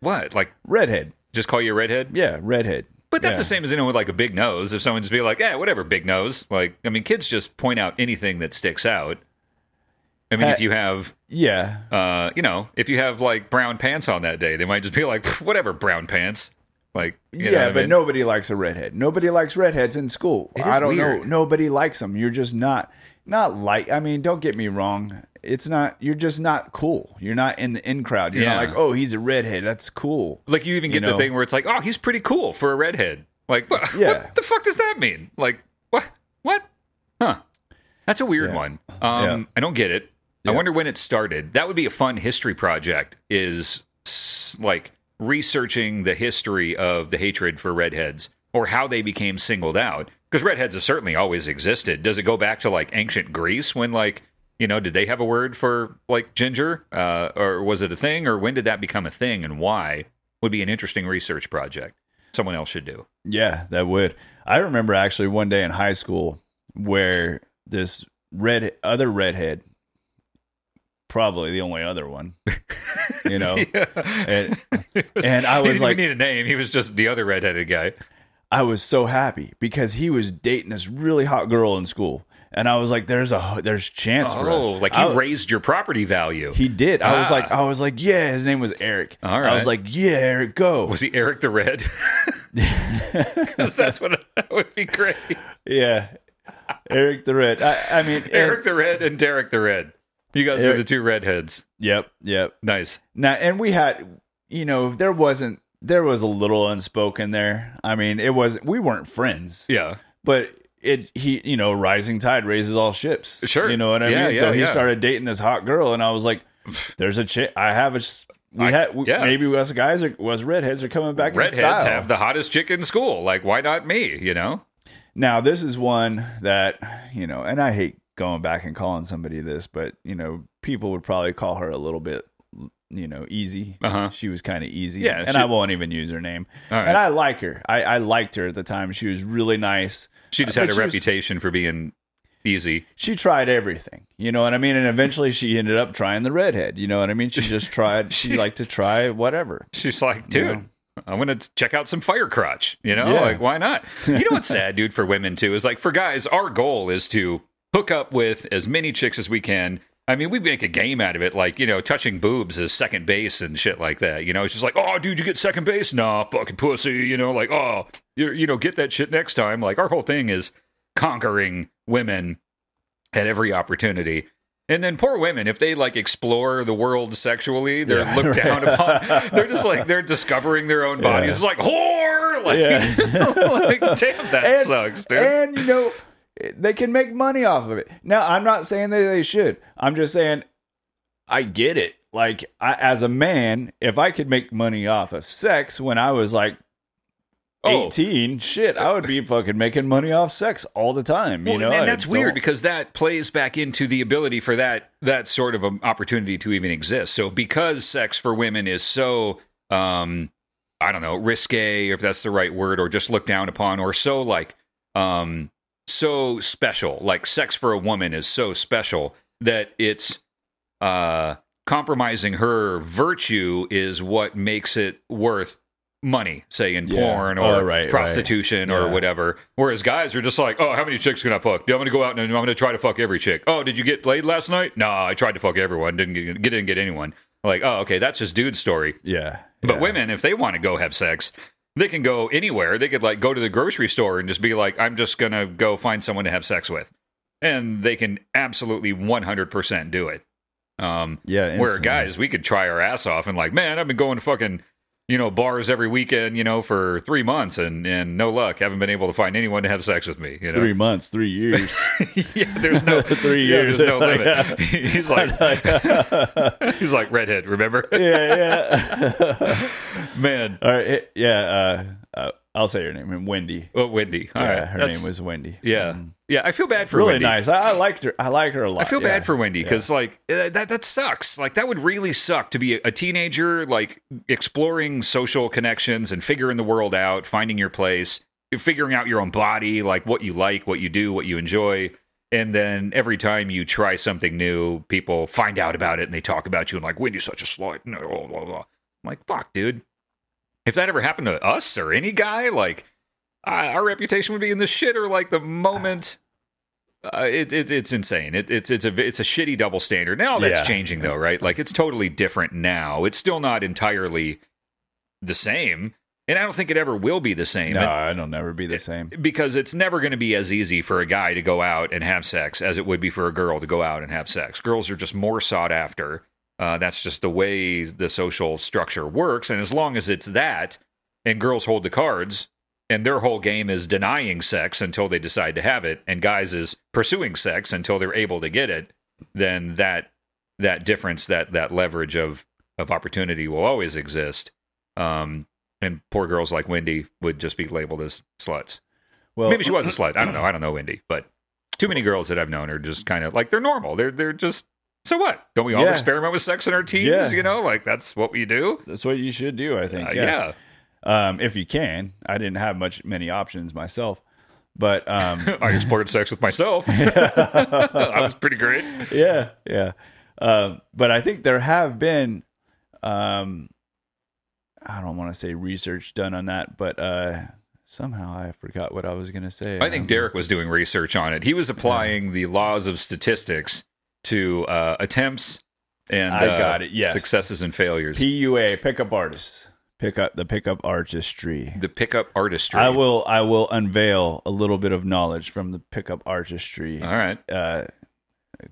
Speaker 1: "What? Like
Speaker 2: redhead.
Speaker 1: just call you a redhead?"
Speaker 2: Yeah, redhead.
Speaker 1: But that's
Speaker 2: Yeah.
Speaker 1: the same as anyone with like a big nose. If someone just be like, "Yeah, whatever, big nose." Like, I mean, kids just point out anything that sticks out. I mean,
Speaker 2: Ha-
Speaker 1: if you have,
Speaker 2: Yeah,
Speaker 1: uh, you know, if you have like brown pants on that day, they might just be like, "Pff, "Whatever, brown pants." Like, you know
Speaker 2: yeah.
Speaker 1: what I
Speaker 2: But
Speaker 1: mean?
Speaker 2: nobody likes a redhead. Nobody likes redheads in school.
Speaker 1: It is
Speaker 2: I don't know.
Speaker 1: weird.
Speaker 2: Nobody likes them. You're just not not like. I mean, don't get me wrong. It's not. You're just not cool. You're not in the in crowd. You're
Speaker 1: Yeah.
Speaker 2: not like, oh, he's a redhead. That's cool.
Speaker 1: Like you even get the
Speaker 2: know?
Speaker 1: thing where it's like, oh, he's pretty cool for a redhead. Like, what,
Speaker 2: Yeah.
Speaker 1: what the fuck does that mean? Like, what? What? Huh? That's a weird
Speaker 2: Yeah.
Speaker 1: one. Um,
Speaker 2: Yeah.
Speaker 1: I don't get it. I
Speaker 2: Yeah.
Speaker 1: wonder when it started. That would be a fun history project. Is s- like researching the history of the hatred for redheads or how they became singled out because redheads have certainly always existed. Does it go back to like ancient Greece when like you know did they have a word for like ginger uh, or was it a thing or when did that become a thing and why? Would be an interesting research project. Someone else should do.
Speaker 2: Yeah, that would. I remember actually one day in high school where this red other redhead, probably the only other one, you know, and Oh. and I
Speaker 1: he
Speaker 2: was
Speaker 1: didn't even
Speaker 2: like,
Speaker 1: need a name. He was just the other redheaded guy.
Speaker 2: I was so happy because he was dating this really hot girl in school, and I was like, there's a there's chance for us.
Speaker 1: Oh, like he
Speaker 2: I,
Speaker 1: raised your property value.
Speaker 2: he did. I was
Speaker 1: Ah.
Speaker 2: like, I was like, yeah. His name was Eric.
Speaker 1: All
Speaker 2: I was
Speaker 1: right.
Speaker 2: like, yeah, Eric, go.
Speaker 1: was he Eric the Red? 'Cause that's what that would be great.
Speaker 2: yeah, Eric the Red. I, I mean,
Speaker 1: Eric the Red and Derek the Red. You guys are
Speaker 2: Eric-
Speaker 1: the two redheads.
Speaker 2: Yep, yep.
Speaker 1: Nice.
Speaker 2: Now, and we had, you know, there wasn't, there was a little unspoken there. I mean, it was, we weren't friends,
Speaker 1: Yeah.
Speaker 2: but it, he, you know, rising tide raises all ships.
Speaker 1: Sure.
Speaker 2: You know what I
Speaker 1: Yeah,
Speaker 2: mean? so
Speaker 1: yeah,
Speaker 2: he
Speaker 1: yeah.
Speaker 2: started dating this hot girl, and I was like, there's a chick, I have a, s- we
Speaker 1: I-
Speaker 2: had, we,
Speaker 1: yeah.
Speaker 2: maybe us guys are, was redheads are coming back in
Speaker 1: Redheads
Speaker 2: style.
Speaker 1: have the hottest chick in school. Like, why not me? You know?
Speaker 2: Now, this is one that, you know, and I hate going back and calling somebody this, but, you know, people would probably call her a little bit, you know, easy.
Speaker 1: Uh-huh.
Speaker 2: She was kind of easy.
Speaker 1: Yeah,
Speaker 2: And
Speaker 1: she-
Speaker 2: I won't even use her name.
Speaker 1: All right.
Speaker 2: And I like her. I, I liked her at the time. She was really nice. Uh,
Speaker 1: She just
Speaker 2: But
Speaker 1: had a
Speaker 2: she was-
Speaker 1: reputation for being easy.
Speaker 2: She tried everything. You know what I mean? And eventually she ended up trying the redhead. You know what I mean? She just tried, she liked to try whatever.
Speaker 1: She's like, dude, I'm gonna check out some fire crotch. You know,
Speaker 2: Yeah.
Speaker 1: like why not? You know what's sad, dude, for women too is like for guys, our goal is to hook up with as many chicks as we can. I mean, we make a game out of it, like you know, touching boobs as second base and shit like that. You know, it's just like, oh, dude, you get second base? Nah, fucking pussy. You know, like, oh, you you know, get that shit next time. Like our whole thing is conquering women at every opportunity. And then poor women, if they like explore the world sexually, they're
Speaker 2: Yeah,
Speaker 1: looked down
Speaker 2: right.
Speaker 1: upon. They're just like they're discovering their own bodies.
Speaker 2: Yeah.
Speaker 1: It's like whore, like,
Speaker 2: Yeah.
Speaker 1: like, damn, that
Speaker 2: And-
Speaker 1: sucks, dude.
Speaker 2: And you know, they can make money off of it. Now, I'm not saying that they should. I'm just saying, I get it. Like, I, as a man, if I could make money off of sex when I was like
Speaker 1: Oh.
Speaker 2: 18, shit, I would be fucking making money off sex all the time. You
Speaker 1: Well,
Speaker 2: know,
Speaker 1: and
Speaker 2: I
Speaker 1: that's weird
Speaker 2: don't-
Speaker 1: because that plays back into the ability for that that sort of an opportunity to even exist. So because sex for women is so um I don't know, risque if that's the right word or just looked down upon or so like um so special, like sex for a woman is so special that it's uh compromising her virtue is what makes it worth money, say in
Speaker 2: Yeah.
Speaker 1: porn
Speaker 2: Oh,
Speaker 1: or
Speaker 2: right, right.
Speaker 1: prostitution or
Speaker 2: Yeah.
Speaker 1: whatever. Whereas guys are just like, oh, how many chicks can I fuck? I'm gonna go out and I'm gonna try to fuck every chick. Oh, did you get laid last night? No, I tried to fuck everyone. Didn't get, didn't get anyone. Like, oh, okay, that's just dude story.
Speaker 2: Yeah.
Speaker 1: But
Speaker 2: yeah.
Speaker 1: women, if they want to go have sex, they can go anywhere. They could like go to the grocery store and just be like, I'm just going to go find someone to have sex with. And they can absolutely 100% do it. Um,
Speaker 2: Yeah.
Speaker 1: where
Speaker 2: instantly.
Speaker 1: guys, we could try our ass off and like, man, I've been going to fucking, you know, bars every weekend, you know, for three months and, and no luck. Haven't been able to find anyone to have sex with me. You know?
Speaker 2: Three months, three years.
Speaker 1: yeah, there's no,
Speaker 2: Three
Speaker 1: yeah,
Speaker 2: years.
Speaker 1: There's no
Speaker 2: Like,
Speaker 1: limit. he's like,
Speaker 2: yeah,
Speaker 1: he's like redhead. Remember?
Speaker 2: yeah.
Speaker 1: man.
Speaker 2: All right. it- Yeah. Uh, uh, I'll say her name. Wendy.
Speaker 1: Oh, Wendy. All right.
Speaker 2: yeah, her
Speaker 1: That's-
Speaker 2: name was Wendy. Mm-hmm.
Speaker 1: Yeah, yeah. I feel bad for
Speaker 2: really
Speaker 1: Wendy.
Speaker 2: nice. I, I liked her. I like her a lot.
Speaker 1: I feel
Speaker 2: yeah.
Speaker 1: bad for Wendy because like uh, that that sucks. Like that would really suck to be a, a teenager, like exploring social connections and figuring the world out, finding your place, figuring out your own body, like what you like, what you do, what you enjoy. And then every time you try something new, people find out about it and they talk about you and like Wendy's such a slut. No, blah, blah, blah. I'm like, fuck, dude. If that ever happened to us or any guy, like I, our reputation would be in the shit or like the moment. Uh, it, it it's insane. It, it's it's a it's a shitty double standard. Now that's
Speaker 2: Yeah.
Speaker 1: changing though, right? Like it's totally different now. It's still not entirely the same, and I don't think it ever will be the same.
Speaker 2: No,
Speaker 1: And-
Speaker 2: I don't never be the same.
Speaker 1: because it's never going to be as easy for a guy to go out and have sex as it would be for a girl to go out and have sex. Girls are just more sought after. Uh, that's just the way the social structure works. And as long as it's that, and girls hold the cards, and their whole game is denying sex until they decide to have it, and guys is pursuing sex until they're able to get it, then that that difference, that that leverage of of opportunity will always exist. Um, and poor girls like Wendy would just be labeled as sluts.
Speaker 2: Well,
Speaker 1: Maybe she was a slut. I don't know. I don't know Wendy, but too many girls that I've known are just kind of like they're normal. They're they're just so what? Don't we all
Speaker 2: Yeah.
Speaker 1: experiment with sex in our teens?
Speaker 2: Yeah.
Speaker 1: You know, like that's what we do.
Speaker 2: That's what you should do, I think.
Speaker 1: Uh,
Speaker 2: yeah.
Speaker 1: yeah.
Speaker 2: Um, if you can, I didn't have much many options myself, but um,
Speaker 1: I explored sex with myself. I was pretty great.
Speaker 2: yeah, yeah. Um, but I think there have been, um, I don't want to say research done on that, but uh, somehow I forgot what I was going to say. Um,
Speaker 1: I think Derek was doing research on it. He was applying the laws of statistics to uh, attempts and
Speaker 2: I
Speaker 1: uh,
Speaker 2: got it, yes.
Speaker 1: successes and failures.
Speaker 2: PUA pickup artists, pick up the pickup artistry.
Speaker 1: the pickup artistry.
Speaker 2: I will I will unveil a little bit of knowledge from the pickup artistry.
Speaker 1: All right.
Speaker 2: uh,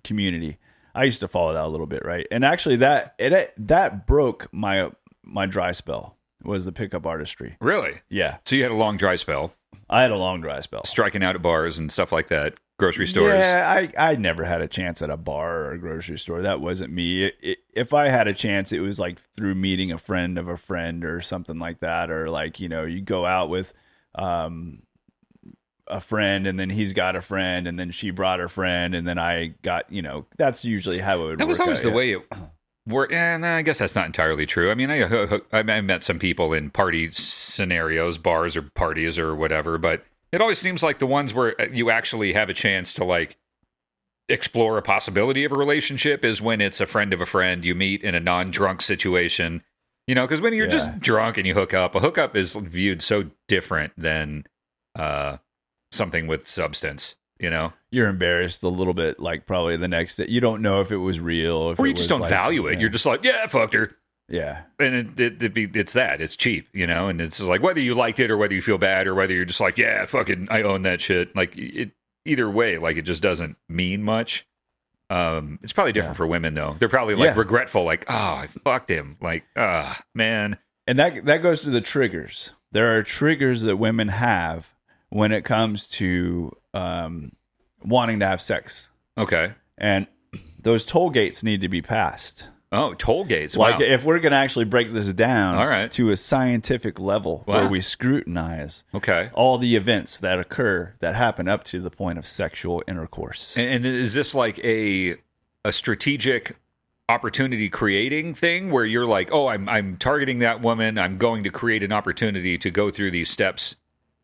Speaker 2: community. I used to follow that a little bit, right? And actually, that it, it that broke my my dry spell was the pickup artistry.
Speaker 1: Really?
Speaker 2: Yeah,
Speaker 1: So you had a long dry spell,
Speaker 2: I had a long dry spell.
Speaker 1: striking out at bars and stuff like that, grocery stores.
Speaker 2: Yeah, I I never had a chance at a bar or a grocery store. That wasn't me. It, it, if I had a chance, it was like through meeting a friend of a friend or something like that, or like you know, you go out with um a friend and then he's got a friend and then she brought her friend and then I got you know that's usually how it would
Speaker 1: That was
Speaker 2: work
Speaker 1: always
Speaker 2: out,
Speaker 1: the
Speaker 2: yeah.
Speaker 1: way it worked. And I guess that's not entirely true. I mean, I, I I met some people in party scenarios, bars or parties or whatever, but it always seems like the ones where eh, you actually have a chance to like explore a possibility of a relationship is when it's a friend of a friend you meet in a non-drunk situation. You know, because when you're
Speaker 2: Yeah.
Speaker 1: just drunk and you hook up, a hookup is viewed so different than uh, something with substance. You know,
Speaker 2: you're embarrassed a little bit like probably the next day you don't know if it was real if
Speaker 1: or
Speaker 2: it
Speaker 1: you just
Speaker 2: was,
Speaker 1: don't
Speaker 2: like-
Speaker 1: value it.
Speaker 2: yeah.
Speaker 1: You're just like, yeah, I fucked her.
Speaker 2: yeah
Speaker 1: and it, it, it be, it's that it's cheap you know and it's like whether you liked it or whether you feel bad or whether you're just like yeah fucking i own that shit like e, it either way like it just doesn't mean much um it's probably different for women though they're probably like
Speaker 2: Yeah.
Speaker 1: regretful like oh i fucked him like ah man
Speaker 2: and that that goes to the triggers there are triggers that women have when it comes to um wanting to have sex
Speaker 1: okay
Speaker 2: and those toll gates need to be passed
Speaker 1: oh toll gates
Speaker 2: like
Speaker 1: wow.
Speaker 2: if we're going to actually break this down
Speaker 1: All right.
Speaker 2: to a scientific level
Speaker 1: Wow.
Speaker 2: where we scrutinize
Speaker 1: okay
Speaker 2: all the events that occur that happen up to the point of sexual intercourse
Speaker 1: and, and is this like a a strategic opportunity creating thing where you're like oh i'm i'm targeting that woman i'm going to create an opportunity to go through these steps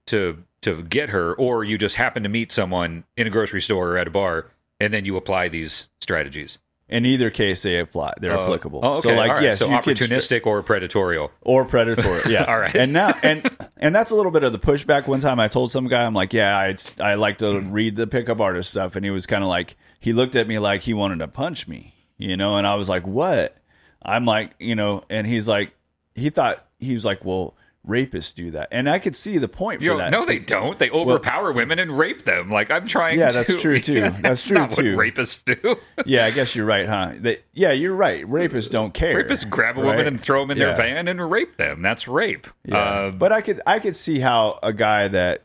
Speaker 1: to to get her or you just happen to meet someone in a grocery store or at a bar and then you apply these strategies
Speaker 2: In either case, they apply. They're
Speaker 1: Uh,
Speaker 2: applicable.
Speaker 1: Oh, okay.
Speaker 2: So like
Speaker 1: All right.
Speaker 2: yes,
Speaker 1: so
Speaker 2: you could stri-
Speaker 1: opportunistic or predatorial.
Speaker 2: or predatory. Yeah.
Speaker 1: All right.
Speaker 2: And now and and that's a little bit of the pushback. One time I told some guy, I'm like, yeah, I I like to read the pickup artist stuff, and he was kind of like, he looked at me like he wanted to punch me, you know, and I was like, what? I'm like, you know, and he's like, he thought he was like, well, rapists do that, and I could see the point for
Speaker 1: You know,
Speaker 2: that.
Speaker 1: no, they don't. They overpower women and rape them. Like I'm trying.
Speaker 2: Yeah,
Speaker 1: to,
Speaker 2: that's true, too.
Speaker 1: Yeah,
Speaker 2: That's true,
Speaker 1: not
Speaker 2: too.
Speaker 1: What rapists do.
Speaker 2: yeah, I guess you're right, huh? They, yeah, you're right. Rapists don't care.
Speaker 1: rapists grab a woman
Speaker 2: right?
Speaker 1: and throw them in
Speaker 2: Yeah.
Speaker 1: their van and rape them. That's rape.
Speaker 2: Yeah.
Speaker 1: Uh,
Speaker 2: but I could I could see how a guy that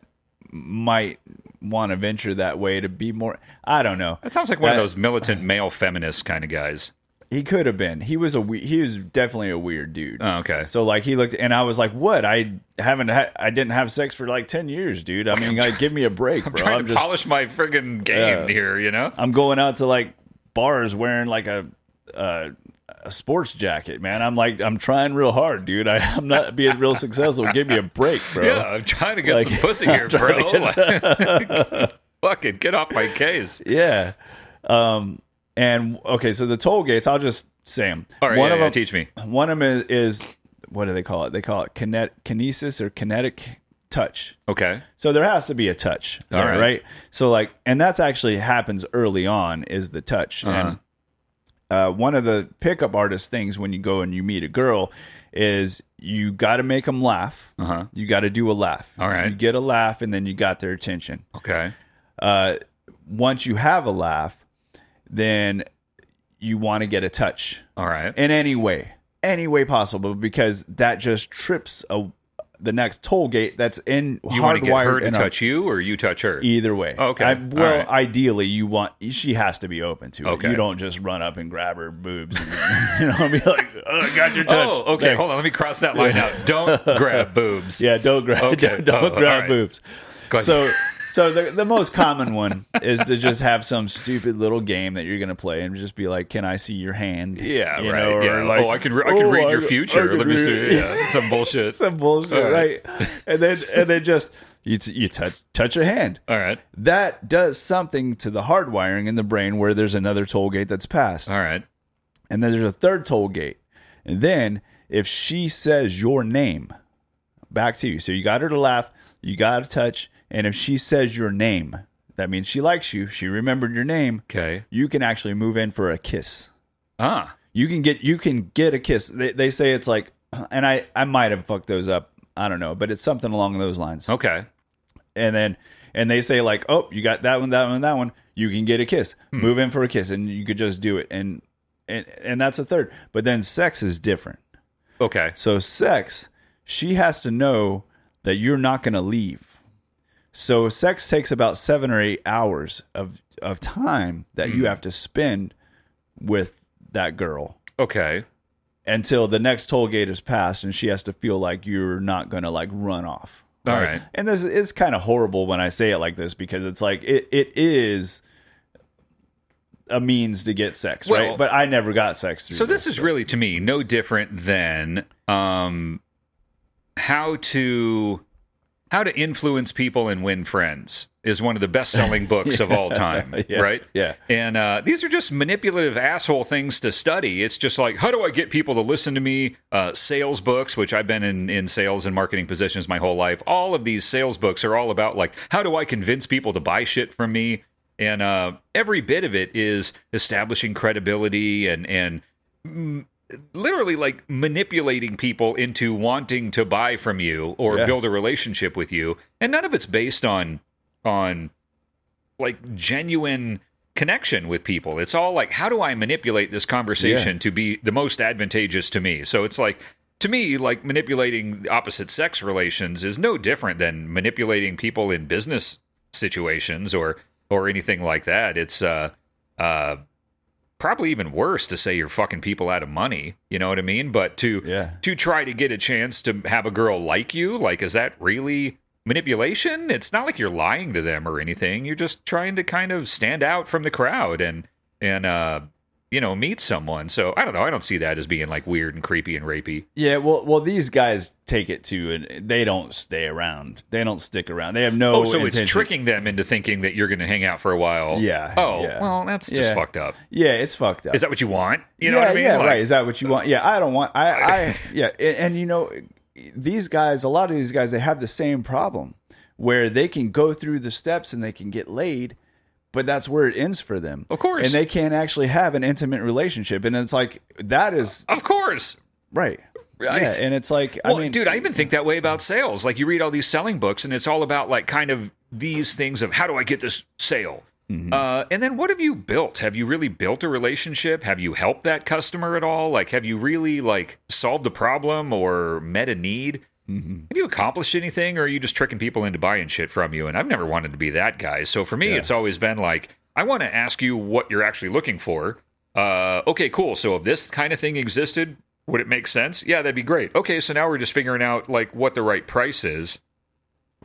Speaker 2: might want to venture that way to be more. I don't know.
Speaker 1: that sounds like one
Speaker 2: That-
Speaker 1: of those militant male feminist kind of guys.
Speaker 2: He could have been. He was a we- he was definitely a weird dude.
Speaker 1: Oh, okay.
Speaker 2: So like he looked and I was like, "What? I haven't ha- I didn't have sex for like 10 years, dude. I mean, like give me a break, bro.
Speaker 1: trying
Speaker 2: I'm
Speaker 1: to
Speaker 2: just Uh,
Speaker 1: polish my friggin' game here, you know?
Speaker 2: I'm going out to like bars wearing like a uh, a sports jacket, man. I'm like I'm trying real hard, dude. I, I'm not being real successful. Give me a break, bro.
Speaker 1: Yeah, I'm trying to get
Speaker 2: Like,
Speaker 1: some pussy here,
Speaker 2: trying
Speaker 1: bro. Fucking get off my case.
Speaker 2: Yeah. Um, and okay, so the toll gates, I'll just say them.
Speaker 1: All right,
Speaker 2: one
Speaker 1: yeah,
Speaker 2: of
Speaker 1: yeah,
Speaker 2: them,
Speaker 1: teach me.
Speaker 2: One of them is, is what do they call it? They call it kinet- kinesis or kinetic touch.
Speaker 1: Okay.
Speaker 2: So there has to be a touch,
Speaker 1: All
Speaker 2: there,
Speaker 1: right.
Speaker 2: right. So like, and that's actually happens early on is the touch.
Speaker 1: Uh-huh.
Speaker 2: And uh, one of the pickup artist things when you go and you meet a girl is you got to make them laugh.
Speaker 1: Uh-huh.
Speaker 2: You got to do a laugh.
Speaker 1: All right.
Speaker 2: you get a laugh, and then you got their attention
Speaker 1: Okay.
Speaker 2: uh, once you have a laugh, then you want to get a touch
Speaker 1: All right.
Speaker 2: in any way, any way possible, because that just trips a, the next toll gate that's in
Speaker 1: you want to get her
Speaker 2: hardwired
Speaker 1: to
Speaker 2: in our-
Speaker 1: touch you or you touch her?
Speaker 2: either way.
Speaker 1: Okay.
Speaker 2: I,
Speaker 1: All
Speaker 2: well,
Speaker 1: right.
Speaker 2: ideally, you want she has to be open to it.
Speaker 1: Okay.
Speaker 2: You don't just run up and grab her boobs, and, you know, be like, "Oh, I got your touch."
Speaker 1: oh, okay.
Speaker 2: Like,
Speaker 1: Hold on. Let me cross that line out. Don't grab boobs.
Speaker 2: Yeah, don't grab,
Speaker 1: Okay.
Speaker 2: don't, don't
Speaker 1: Oh, all
Speaker 2: grab
Speaker 1: right.
Speaker 2: boobs.
Speaker 1: Glad-
Speaker 2: So, so the the most common one is to just have some stupid little game that you're gonna play and just be like, "Can I see your hand?"
Speaker 1: Yeah,
Speaker 2: You
Speaker 1: right.
Speaker 2: know, or
Speaker 1: yeah.
Speaker 2: like,
Speaker 1: oh, I can, re- I can
Speaker 2: "Oh,
Speaker 1: read
Speaker 2: I
Speaker 1: your
Speaker 2: can-
Speaker 1: future.
Speaker 2: I
Speaker 1: Let
Speaker 2: can
Speaker 1: me
Speaker 2: read-"
Speaker 1: see. Yeah. Some bullshit.
Speaker 2: some bullshit,
Speaker 1: All right.
Speaker 2: right. And then and then just you t- you touch touch a hand.
Speaker 1: All right.
Speaker 2: That does something to the hard wiring in the brain where there's another toll gate that's passed,
Speaker 1: All right.
Speaker 2: and then there's a third toll gate, and then if she says your name, back to you. So you got her to laugh, you got to touch, and if she says your name, that means she likes you. She remembered your name.
Speaker 1: Okay.
Speaker 2: You can actually move in for a kiss.
Speaker 1: Ah.
Speaker 2: You can get you can get a kiss. They, they say it's like, and I I might have fucked those up. I don't know, but it's something along those lines.
Speaker 1: Okay.
Speaker 2: And then and they say like, oh, you got that one, that one, that one. You can get a kiss. Move in for a kiss, and you could just do it. And and and that's a third. But then sex is different.
Speaker 1: Okay.
Speaker 2: So sex, she has to know that you're not going to leave. So sex takes about 7 or 8 hours of of time that you have to spend with that girl
Speaker 1: Okay.
Speaker 2: until the next toll gate is passed and she has to feel like you're not going to like run off.
Speaker 1: All
Speaker 2: Right?
Speaker 1: right.
Speaker 2: And this is kind of horrible when I say it like this because it's like it it is a means to get sex,
Speaker 1: Well-
Speaker 2: right? But I never got sex through
Speaker 1: So this is really to me no different than um how to how to influence people and win friends is one of the best-selling books of all time,
Speaker 2: Yeah,
Speaker 1: right?
Speaker 2: yeah.
Speaker 1: And uh, these are just manipulative asshole things to study. It's just like, how do I get people to listen to me? Uh, sales books, which I've been in, in sales and marketing positions my whole life. All of these sales books are all about like, how do I convince people to buy shit from me? And uh, every bit of it is establishing credibility and and literally like manipulating people into wanting to buy from you or
Speaker 2: Yeah.
Speaker 1: build a relationship with you and none of it's based on on like genuine connection with people it's all like how do i manipulate this conversation to be the most advantageous to me so it's like to me like manipulating opposite sex relations is no different than manipulating people in business situations or or anything like that it's uh uh probably even worse to say you're fucking people out of money. You know what I mean? But to
Speaker 2: Yeah.
Speaker 1: to try to get a chance to have a girl like you, like is that really manipulation? It's not like you're lying to them or anything. You're just trying to kind of stand out from the crowd and and uh you know, meet someone. So I don't know. I don't see that as being like weird and creepy and rapey.
Speaker 2: Yeah, well, well, these guys take it to, and they don't stay around. They don't stick around. They have no.
Speaker 1: Oh, so
Speaker 2: intention.
Speaker 1: it's tricking them into thinking that you're going to hang out for a while.
Speaker 2: Yeah,
Speaker 1: Oh,
Speaker 2: yeah.
Speaker 1: well, that's just
Speaker 2: Yeah.
Speaker 1: fucked up.
Speaker 2: Yeah, it's fucked up.
Speaker 1: Is that what you want? You know
Speaker 2: yeah,
Speaker 1: what I mean?
Speaker 2: Yeah,
Speaker 1: Like,
Speaker 2: right. Is that what you want? Yeah, I don't want. I, I yeah, and, and you know, these guys, a lot of these guys, they have the same problem where they can go through the steps and they can get laid, but that's where it ends for them.
Speaker 1: Of course.
Speaker 2: and they can't actually have an intimate relationship, and it's like that is
Speaker 1: Of course.
Speaker 2: right.
Speaker 1: Right.
Speaker 2: Yeah, and it's like
Speaker 1: Well,
Speaker 2: I mean,
Speaker 1: dude, I even think that way about sales. Like you read all these selling books, and it's all about like kind of these things of how do I get this sale.
Speaker 2: Mm-hmm.
Speaker 1: Uh, and then what have you built? Have you really built a relationship? Have you helped that customer at all? Like, have you really like solved a problem or met a need? Have you accomplished anything, or are you just tricking people into buying shit from you? And I've never wanted to be that guy. So for me, it's always been like, I want to ask you what you're actually looking for. Uh, okay, cool. So if this kind of thing existed, would it make sense? Yeah, that'd be great. Okay, so now we're just figuring out like what the right price is.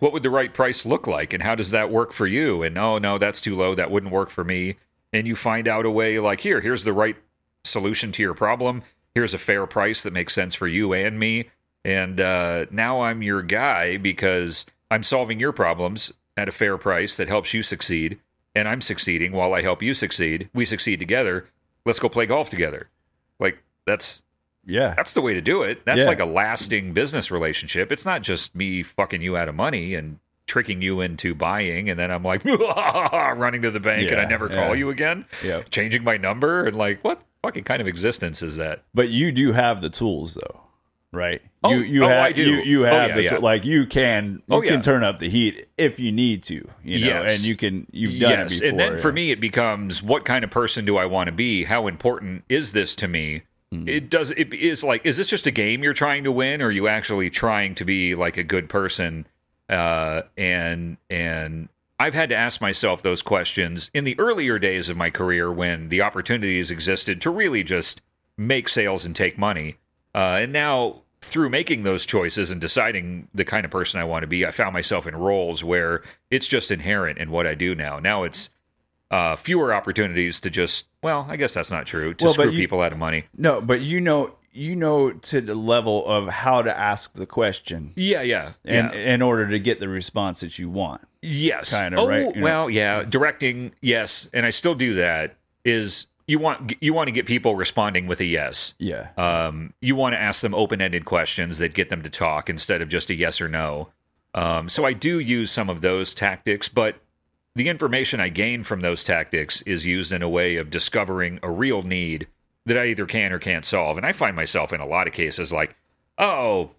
Speaker 1: What would the right price look like, and how does that work for you? And oh no, that's too low. That wouldn't work for me. And you find out a way like here, here's the right solution to your problem. Here's a fair price that makes sense for you and me. And uh, now I'm your guy because I'm solving your problems at a fair price that helps you succeed. And I'm succeeding while I help you succeed. We succeed together. Let's go play golf together. Like, that's
Speaker 2: yeah,
Speaker 1: that's the way to do it. That's
Speaker 2: Yeah.
Speaker 1: like a lasting business relationship. It's not just me fucking you out of money and tricking you into buying, and then I'm like running to the bank and I
Speaker 2: Yeah,
Speaker 1: never
Speaker 2: yeah.
Speaker 1: call you again,
Speaker 2: yeah.
Speaker 1: changing my number, and like what fucking kind of existence is that?
Speaker 2: But you do have the tools though, right?
Speaker 1: Oh,
Speaker 2: you you
Speaker 1: oh,
Speaker 2: have
Speaker 1: I do.
Speaker 2: you you
Speaker 1: Oh,
Speaker 2: have
Speaker 1: yeah,
Speaker 2: the
Speaker 1: yeah.
Speaker 2: tool like you can you
Speaker 1: Oh, yeah.
Speaker 2: can turn up the heat if you need to, you know,
Speaker 1: Yes.
Speaker 2: and you can you've done it before.
Speaker 1: And then for
Speaker 2: yeah.
Speaker 1: me, it becomes what kind of person do I want to be? How important is this to me? It does. It is like, is this just a game you're trying to win, or are you actually trying to be like a good person? Uh, and and I've had to ask myself those questions in the earlier days of my career when the opportunities existed to really just make sales and take money. Uh, and now, through making those choices and deciding the kind of person I want to be, I found myself in roles where it's just inherent in what I do now. Now it's uh, fewer opportunities to just, well, I guess that's not true, to
Speaker 2: Well, but
Speaker 1: screw
Speaker 2: you-
Speaker 1: people out of money.
Speaker 2: No, but you know you know to the level of how to ask the question
Speaker 1: Yeah, yeah.
Speaker 2: and
Speaker 1: yeah.
Speaker 2: in order to get the response that you want.
Speaker 1: Yes.
Speaker 2: kinda,
Speaker 1: oh,
Speaker 2: right? You know?
Speaker 1: well, yeah. Directing, yes, and I still do that. Is you want you want to get people responding with a yes.
Speaker 2: Yeah.
Speaker 1: Um, you want to ask them open ended questions that get them to talk instead of just a yes or no. Um, so I do use some of those tactics, but the information I gain from those tactics is used in a way of discovering a real need that I either can or can't solve. And I find myself in a lot of cases like, oh,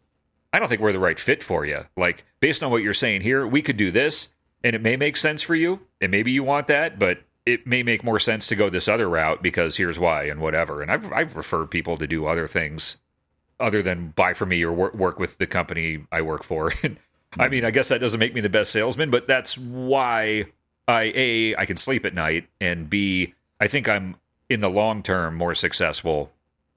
Speaker 1: I don't think we're the right fit for you. Like, based on what you're saying here, we could do this and it may make sense for you. And maybe you want that, but it may make more sense to go this other route because here's why and whatever. And I've, I've referred people to do other things other than buy for me or wor- work with the company I work for. And I mean, I guess that doesn't make me the best salesman, but that's why I a I can sleep at night and b I think I'm in the long term more successful.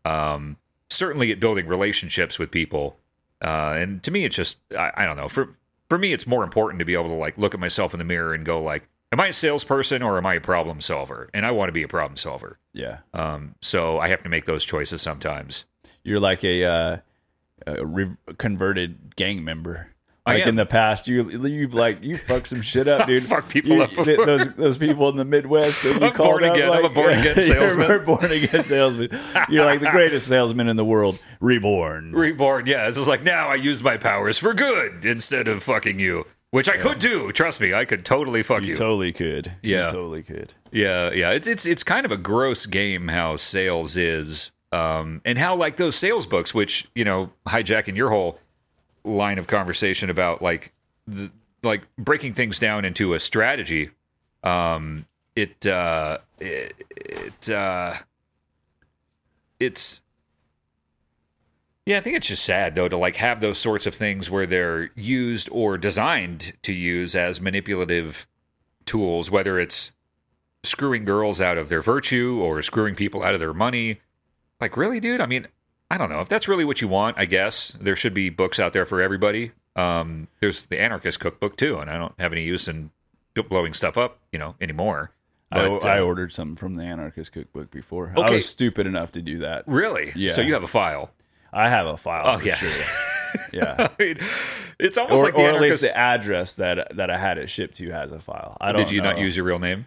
Speaker 1: Um, certainly at building relationships with people. Uh, and to me, it's just I, I don't know. For for me, it's more important to be able to like look at myself in the mirror and go like, am I a salesperson or am I a problem solver? And I want to be a problem solver.
Speaker 2: yeah.
Speaker 1: Um, so I have to make those choices sometimes.
Speaker 2: You're like a uh a re- converted gang member.
Speaker 1: I
Speaker 2: Like
Speaker 1: am.
Speaker 2: in the past, you you've like you fucked some shit up, dude.
Speaker 1: Fuck people
Speaker 2: You-
Speaker 1: up
Speaker 2: th-
Speaker 1: before.
Speaker 2: those those people in the Midwest that you
Speaker 1: I'm
Speaker 2: called
Speaker 1: born
Speaker 2: out,
Speaker 1: again. I'm
Speaker 2: like-
Speaker 1: a born again
Speaker 2: You're
Speaker 1: salesman.
Speaker 2: a born again salesman. You're like the greatest salesman in the world, reborn.
Speaker 1: Reborn, yeah. It's just like now I use my powers for good instead of fucking you, which I could do. Trust me, I could totally fuck
Speaker 2: you
Speaker 1: you.
Speaker 2: totally could.
Speaker 1: Yeah.
Speaker 2: you totally could.
Speaker 1: Yeah, yeah. It's it's it's kind of a gross game how sales is, um, and how like those sales books, which you know, hijacking your whole line of conversation about like the, like breaking things down into a strategy. Um, it uh, it, it uh, it's yeah, I think it's just sad though to like have those sorts of things where they're used or designed to use as manipulative tools, whether it's screwing girls out of their virtue or screwing people out of their money. Like, really, dude? I mean, I don't know. If that's really what you want, I guess there should be books out there for everybody. Um, there's the Anarchist Cookbook, too, and I don't have any use in blowing stuff up, you know, anymore.
Speaker 2: I,
Speaker 1: But, uh,
Speaker 2: I ordered something from the Anarchist Cookbook before. I
Speaker 1: Okay.
Speaker 2: was stupid enough to do that.
Speaker 1: Really?
Speaker 2: Yeah.
Speaker 1: So you have a file.
Speaker 2: I have a file
Speaker 1: Oh,
Speaker 2: for
Speaker 1: yeah.
Speaker 2: sure. Yeah.
Speaker 1: I mean, it's almost
Speaker 2: or
Speaker 1: like the
Speaker 2: or at
Speaker 1: anarchist.
Speaker 2: least the address that that I had it shipped to has a file. I don't
Speaker 1: Did you not
Speaker 2: know.
Speaker 1: use your real name?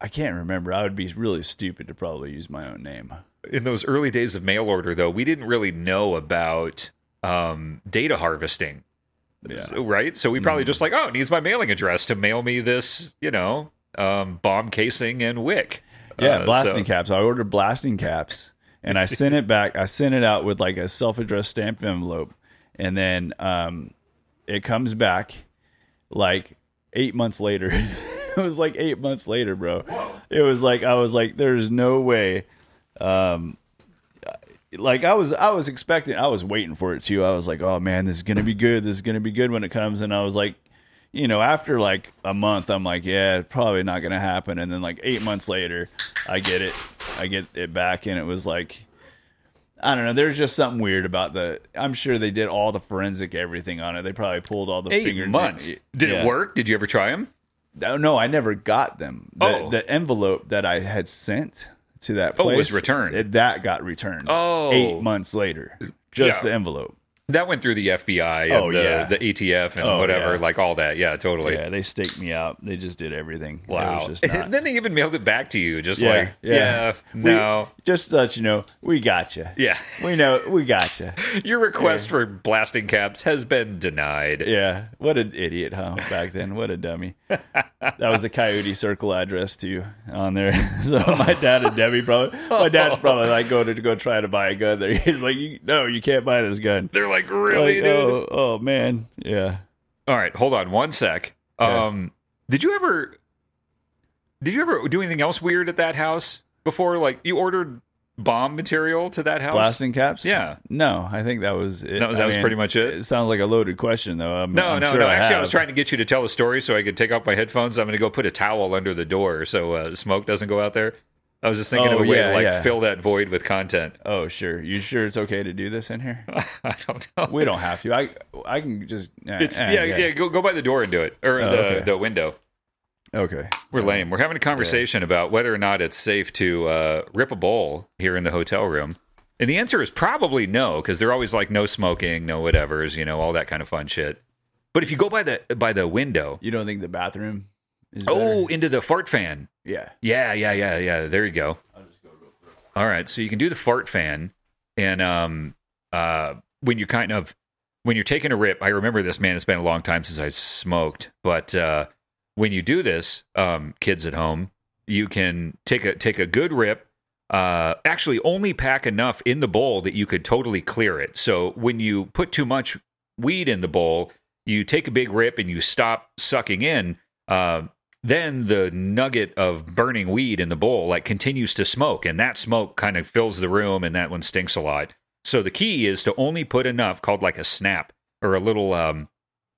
Speaker 2: I can't remember. I would be really stupid to probably use my own name.
Speaker 1: in those early days of mail order though we didn't really know about um, data harvesting
Speaker 2: Yeah. Hmm.
Speaker 1: So- right so we probably just like oh it needs my mailing address to mail me this you know um, bomb casing and wick
Speaker 2: Yeah,
Speaker 1: Uh,
Speaker 2: blasting
Speaker 1: so-
Speaker 2: caps. I ordered blasting caps and I sent it back. I sent it out with like a self addressed stamped envelope. And then um, it comes back like eight months later. it was like eight months later, bro. It was like, I was like, there's no way. Um, like I was, I was expecting, I was waiting for it too. I was like, oh man, this is going to be good. This is going to be good when it comes. And I was like, you know, after like a month, I'm like, yeah, probably not gonna happen. And then like eight months later, I get it, I get it back, and it was like, I don't know. There's just something weird about the. I'm sure they did all the forensic everything on it. They probably pulled all the
Speaker 1: eight
Speaker 2: finger
Speaker 1: months did
Speaker 2: Yeah.
Speaker 1: it work did you ever try them
Speaker 2: Uh, No, I never got them. The,
Speaker 1: Oh.
Speaker 2: the envelope that I had sent to that
Speaker 1: Oh,
Speaker 2: place
Speaker 1: it was returned.
Speaker 2: it- that got returned.
Speaker 1: Oh.
Speaker 2: eight months later, just
Speaker 1: Yeah.
Speaker 2: the envelope.
Speaker 1: that went through the fbi and
Speaker 2: Oh,
Speaker 1: the,
Speaker 2: yeah.
Speaker 1: the atf and
Speaker 2: Oh,
Speaker 1: whatever
Speaker 2: yeah.
Speaker 1: like all that yeah totally
Speaker 2: Yeah, they staked me out. They just did everything. It
Speaker 1: wow
Speaker 2: was just not-
Speaker 1: then they even mailed it back to you just
Speaker 2: Yeah,
Speaker 1: like yeah,
Speaker 2: yeah. We-
Speaker 1: no
Speaker 2: just to let you know, we got you.
Speaker 1: Yeah.
Speaker 2: we know we got you.
Speaker 1: your request for blasting caps has been denied
Speaker 2: Yeah, what an idiot, huh? Back then, what a dummy. That was a Coyote Circle address too on there. So my dad and Debbie probably, my dad's probably like going to, go try to buy a gun there. He's like, you, no, you can't buy this gun.
Speaker 1: they're like really
Speaker 2: Like,
Speaker 1: dude
Speaker 2: oh, oh man, yeah.
Speaker 1: All right, hold on one sec.
Speaker 2: Okay.
Speaker 1: Um, did you ever, did you ever do anything else weird at that house before? Like you ordered bomb material to that house?
Speaker 2: Blasting caps?
Speaker 1: Yeah.
Speaker 2: No, I think that was it.
Speaker 1: That was
Speaker 2: I
Speaker 1: that was
Speaker 2: mean,
Speaker 1: pretty much it.
Speaker 2: It sounds like a loaded question though. I'm,
Speaker 1: No,
Speaker 2: I'm
Speaker 1: no,
Speaker 2: sure
Speaker 1: no. Actually, I, was
Speaker 2: have.
Speaker 1: trying to get you to tell a story so I could take off my headphones. I'm going to go put a towel under the door so uh, smoke doesn't go out there. I was just thinking of
Speaker 2: Oh,
Speaker 1: a way
Speaker 2: yeah,
Speaker 1: to like
Speaker 2: yeah.
Speaker 1: fill that void with content.
Speaker 2: Oh sure, you sure it's okay to do this in here?
Speaker 1: I don't know.
Speaker 2: We don't have to. I I can just. eh,
Speaker 1: it's
Speaker 2: eh,
Speaker 1: yeah, yeah, Go go by the door and do it, or the
Speaker 2: Oh, okay.
Speaker 1: the window.
Speaker 2: Okay.
Speaker 1: We're lame. We're having a conversation about whether or not it's safe to uh, rip a bowl here in the hotel room. And the answer is probably no, because they're always like no smoking, no whatevers, you know, all that kind of fun shit. But if you go by the by the window,
Speaker 2: You don't think the bathroom is?
Speaker 1: oh,
Speaker 2: better?
Speaker 1: into the fart fan.
Speaker 2: yeah.
Speaker 1: Yeah, yeah, yeah, yeah. There you go. All right, so you can do the fart fan, and um, uh, when you kind of when you're taking a rip, I remember this man. It's been a long time since I smoked, but uh, when you do this, um, kids at home, you can take a take a good rip. Uh, actually, only pack enough in the bowl that you could totally clear it. So when you put too much weed in the bowl, you take a big rip and you stop sucking in. Uh, then the nugget of burning weed in the bowl like continues to smoke and that smoke kind of fills the room and that one stinks a lot so the key is to only put enough called like a snap or a little um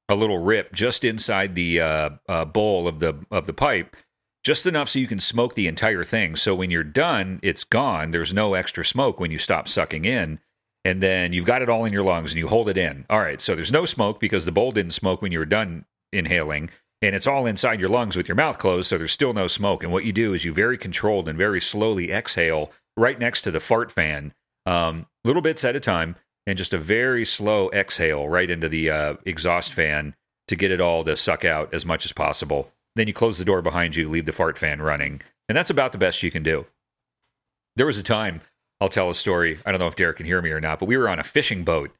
Speaker 1: a little rip just inside the uh, uh bowl of the of the pipe just enough so you can smoke the entire thing so when you're done it's gone there's no extra smoke when you stop sucking in and then you've got it all in your lungs and you hold it in all right so there's no smoke because the bowl didn't smoke when you were done inhaling and it's all inside your lungs with your mouth closed, so there's still no smoke. And what you do is you very controlled and very slowly exhale right next to the fart fan, um, little bits at a time, and just a very slow exhale right into the uh, exhaust fan to get it all to suck out as much as possible. Then you close the door behind you, leave the fart fan running, and that's about the best you can do. There was a time, I'll tell a story. I don't know if Derek can hear me or not, but we were on a fishing boat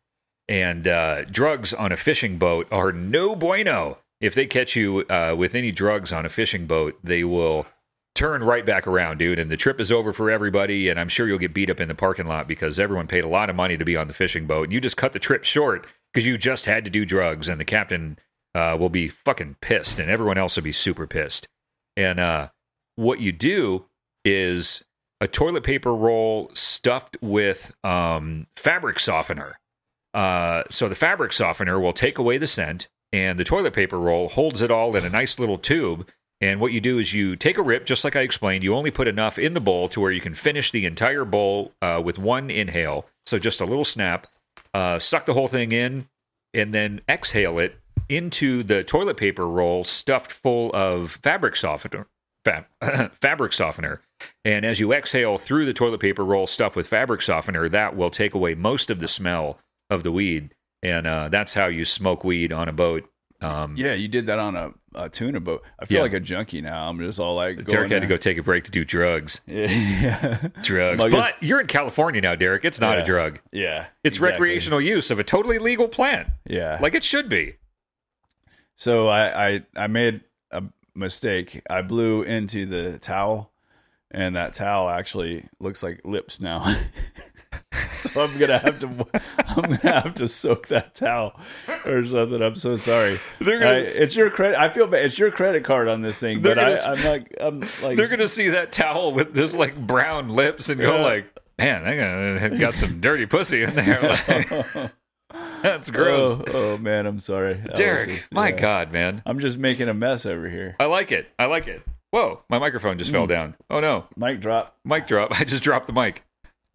Speaker 1: and uh, drugs on a fishing boat are no bueno. If they catch you uh, with any drugs on a fishing boat, they will turn right back around, dude. And the trip is over for everybody. And I'm sure you'll get beat up in the parking lot because everyone paid a lot of money to be on the fishing boat. And you just cut the trip short because you just had to do drugs. And the captain uh, will be fucking pissed, and everyone else will be super pissed. And uh, what you do is a toilet paper roll stuffed with um, fabric softener. Uh, so the fabric softener will take away the scent, and the toilet paper roll holds it all in a nice little tube. And what you do is you take a rip, just like I explained. You only put enough in the bowl to where you can finish the entire bowl uh, with one inhale. So just a little snap, uh, suck the whole thing in, and then exhale it into the toilet paper roll stuffed full of fabric softener. fab, fabric softener. And as you exhale through the toilet paper roll stuff with fabric softener, that will take away most of the smell of the weed. And uh, that's how you smoke weed on a boat. Um,
Speaker 2: Yeah, you did that on a, a tuna boat. I feel
Speaker 1: Yeah.
Speaker 2: like a junkie now. I'm just all like,
Speaker 1: Derek had to go
Speaker 2: going eh.
Speaker 1: take a break to do drugs.
Speaker 2: there. Yeah,
Speaker 1: Drugs.
Speaker 2: Like it's-
Speaker 1: but you're in California now, Derek. It's not
Speaker 2: Yeah.
Speaker 1: a drug.
Speaker 2: yeah.
Speaker 1: It's
Speaker 2: exactly.
Speaker 1: recreational use of a totally legal plant,
Speaker 2: Yeah,
Speaker 1: like it should be.
Speaker 2: So I, I I made a mistake. I blew into the towel, and that towel actually looks like lips now. so I'm gonna have to I'm gonna have to soak that towel or something. I'm so sorry.
Speaker 1: They're gonna-
Speaker 2: I- it's your credit. I feel bad. It's your credit card on this thing,
Speaker 1: They're
Speaker 2: but I,
Speaker 1: gonna-
Speaker 2: I'm like I'm like
Speaker 1: They're gonna see that towel with this like brown lips and go
Speaker 2: Yeah.
Speaker 1: like, "Man, I got- got some dirty pussy in there." Like, that's gross,
Speaker 2: Oh, oh, man, I'm sorry, That was
Speaker 1: Derek.
Speaker 2: just-
Speaker 1: my
Speaker 2: yeah.
Speaker 1: God, man,
Speaker 2: I'm just making a mess over here.
Speaker 1: I like it. I like it. Whoa, my microphone just
Speaker 2: Hmm.
Speaker 1: fell down. Oh no,
Speaker 2: Mic drop.
Speaker 1: mic drop. I just dropped the mic.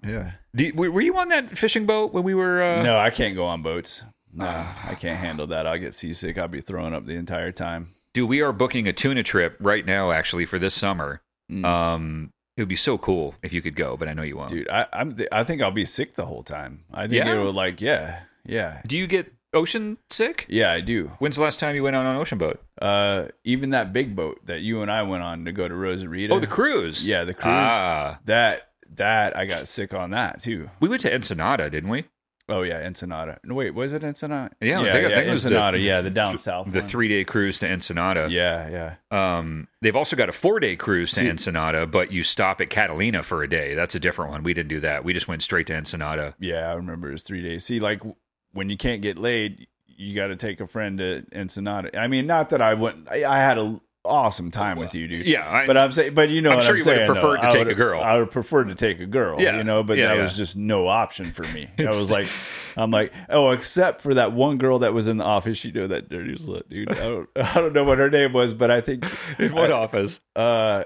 Speaker 2: Yeah.
Speaker 1: Do, were were you on that fishing boat when we were? Uh,
Speaker 2: No, I can't go on boats. No, I can't handle that. I'll get seasick. I'll be throwing up the entire time.
Speaker 1: Dude, we are booking a tuna trip right now, actually, for this summer. Um, it would be so cool if you could go, but I know you won't.
Speaker 2: Hmm. Dude, I, I'm. Th- I think I'll be sick the whole time. I think
Speaker 1: Yeah?
Speaker 2: it would like, yeah, yeah,
Speaker 1: Do you get ocean sick?
Speaker 2: yeah. I do.
Speaker 1: When's the last time you went on an ocean boat?
Speaker 2: Uh, even that big boat that you and I went on to go to Rosarita.
Speaker 1: Oh, the cruise.
Speaker 2: Yeah, the cruise.
Speaker 1: Ah,
Speaker 2: That that I got sick on that too.
Speaker 1: we went to Ensenada, didn't we?
Speaker 2: Oh yeah, Ensenada. No wait, was it Ensenada?
Speaker 1: Yeah, I
Speaker 2: yeah,
Speaker 1: think- I
Speaker 2: yeah
Speaker 1: think it was the-
Speaker 2: Ensenada. yeah, the down south.
Speaker 1: The
Speaker 2: one.
Speaker 1: three day cruise to Ensenada.
Speaker 2: Yeah, yeah.
Speaker 1: Um, they've also got a four day cruise to
Speaker 2: See-
Speaker 1: Ensenada, but you stop at Catalina for a day. That's a different one. We didn't do that. We just went straight to Ensenada.
Speaker 2: Yeah, I remember it was three days. See, like w- when you can't get laid, you got to take a friend to Ensenada. I mean, not that I wouldn't. I, I had an awesome time with you, dude.
Speaker 1: Yeah. I,
Speaker 2: But I'm saying, but you know,
Speaker 1: I'm
Speaker 2: what
Speaker 1: sure
Speaker 2: I'm
Speaker 1: you would've
Speaker 2: saying,
Speaker 1: preferred
Speaker 2: though.
Speaker 1: to
Speaker 2: I
Speaker 1: take a
Speaker 2: would've-
Speaker 1: girl.
Speaker 2: I would have preferred to take a girl.
Speaker 1: Yeah.
Speaker 2: You know, but
Speaker 1: Yeah,
Speaker 2: that
Speaker 1: yeah.
Speaker 2: was just no option for me. That
Speaker 1: It's-
Speaker 2: was like, I'm like, oh, except for that one girl that was in the office. You know that dirty slut, dude. I don't, I don't know what her name was, but I think
Speaker 1: in what office?
Speaker 2: uh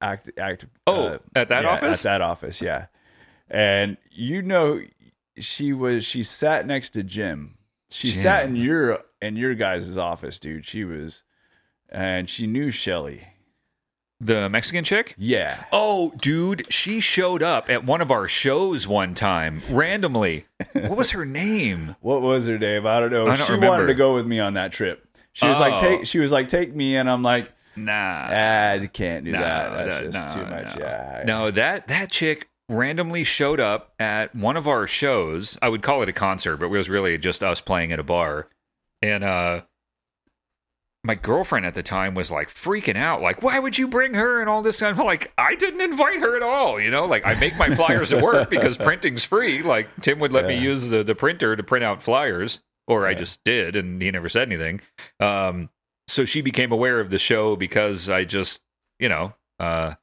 Speaker 2: act act
Speaker 1: Oh,
Speaker 2: uh,
Speaker 1: at that
Speaker 2: yeah,
Speaker 1: office?
Speaker 2: at that office yeah and you know she was she sat next to jim she
Speaker 1: Jim.
Speaker 2: sat in your in your guys' office dude she was and she knew shelly
Speaker 1: The Mexican chick?
Speaker 2: yeah
Speaker 1: Oh, dude, she showed up at one of our shows one time randomly. What was her name?
Speaker 2: what was her name i don't know
Speaker 1: I don't
Speaker 2: she
Speaker 1: remember.
Speaker 2: wanted to go with me on that trip she was like
Speaker 1: Oh.
Speaker 2: take she was like take me and i'm like
Speaker 1: Nah.
Speaker 2: ah, i can't do
Speaker 1: no,
Speaker 2: that that's
Speaker 1: no,
Speaker 2: just
Speaker 1: no,
Speaker 2: too much
Speaker 1: no.
Speaker 2: yeah I-
Speaker 1: No, that that chick randomly showed up at one of our shows. I would call it a concert, but it was really just us playing at a bar. And uh my girlfriend at the time was like freaking out, like, why would you bring her and all this? And I'm like, I didn't invite her at all, you know? Like I make my flyers at work because printing's free. Like Tim would let me
Speaker 2: Yeah.
Speaker 1: use the, the printer to print out flyers, or I just did and he never said anything. Um so she became aware of the show because I just, you know, uh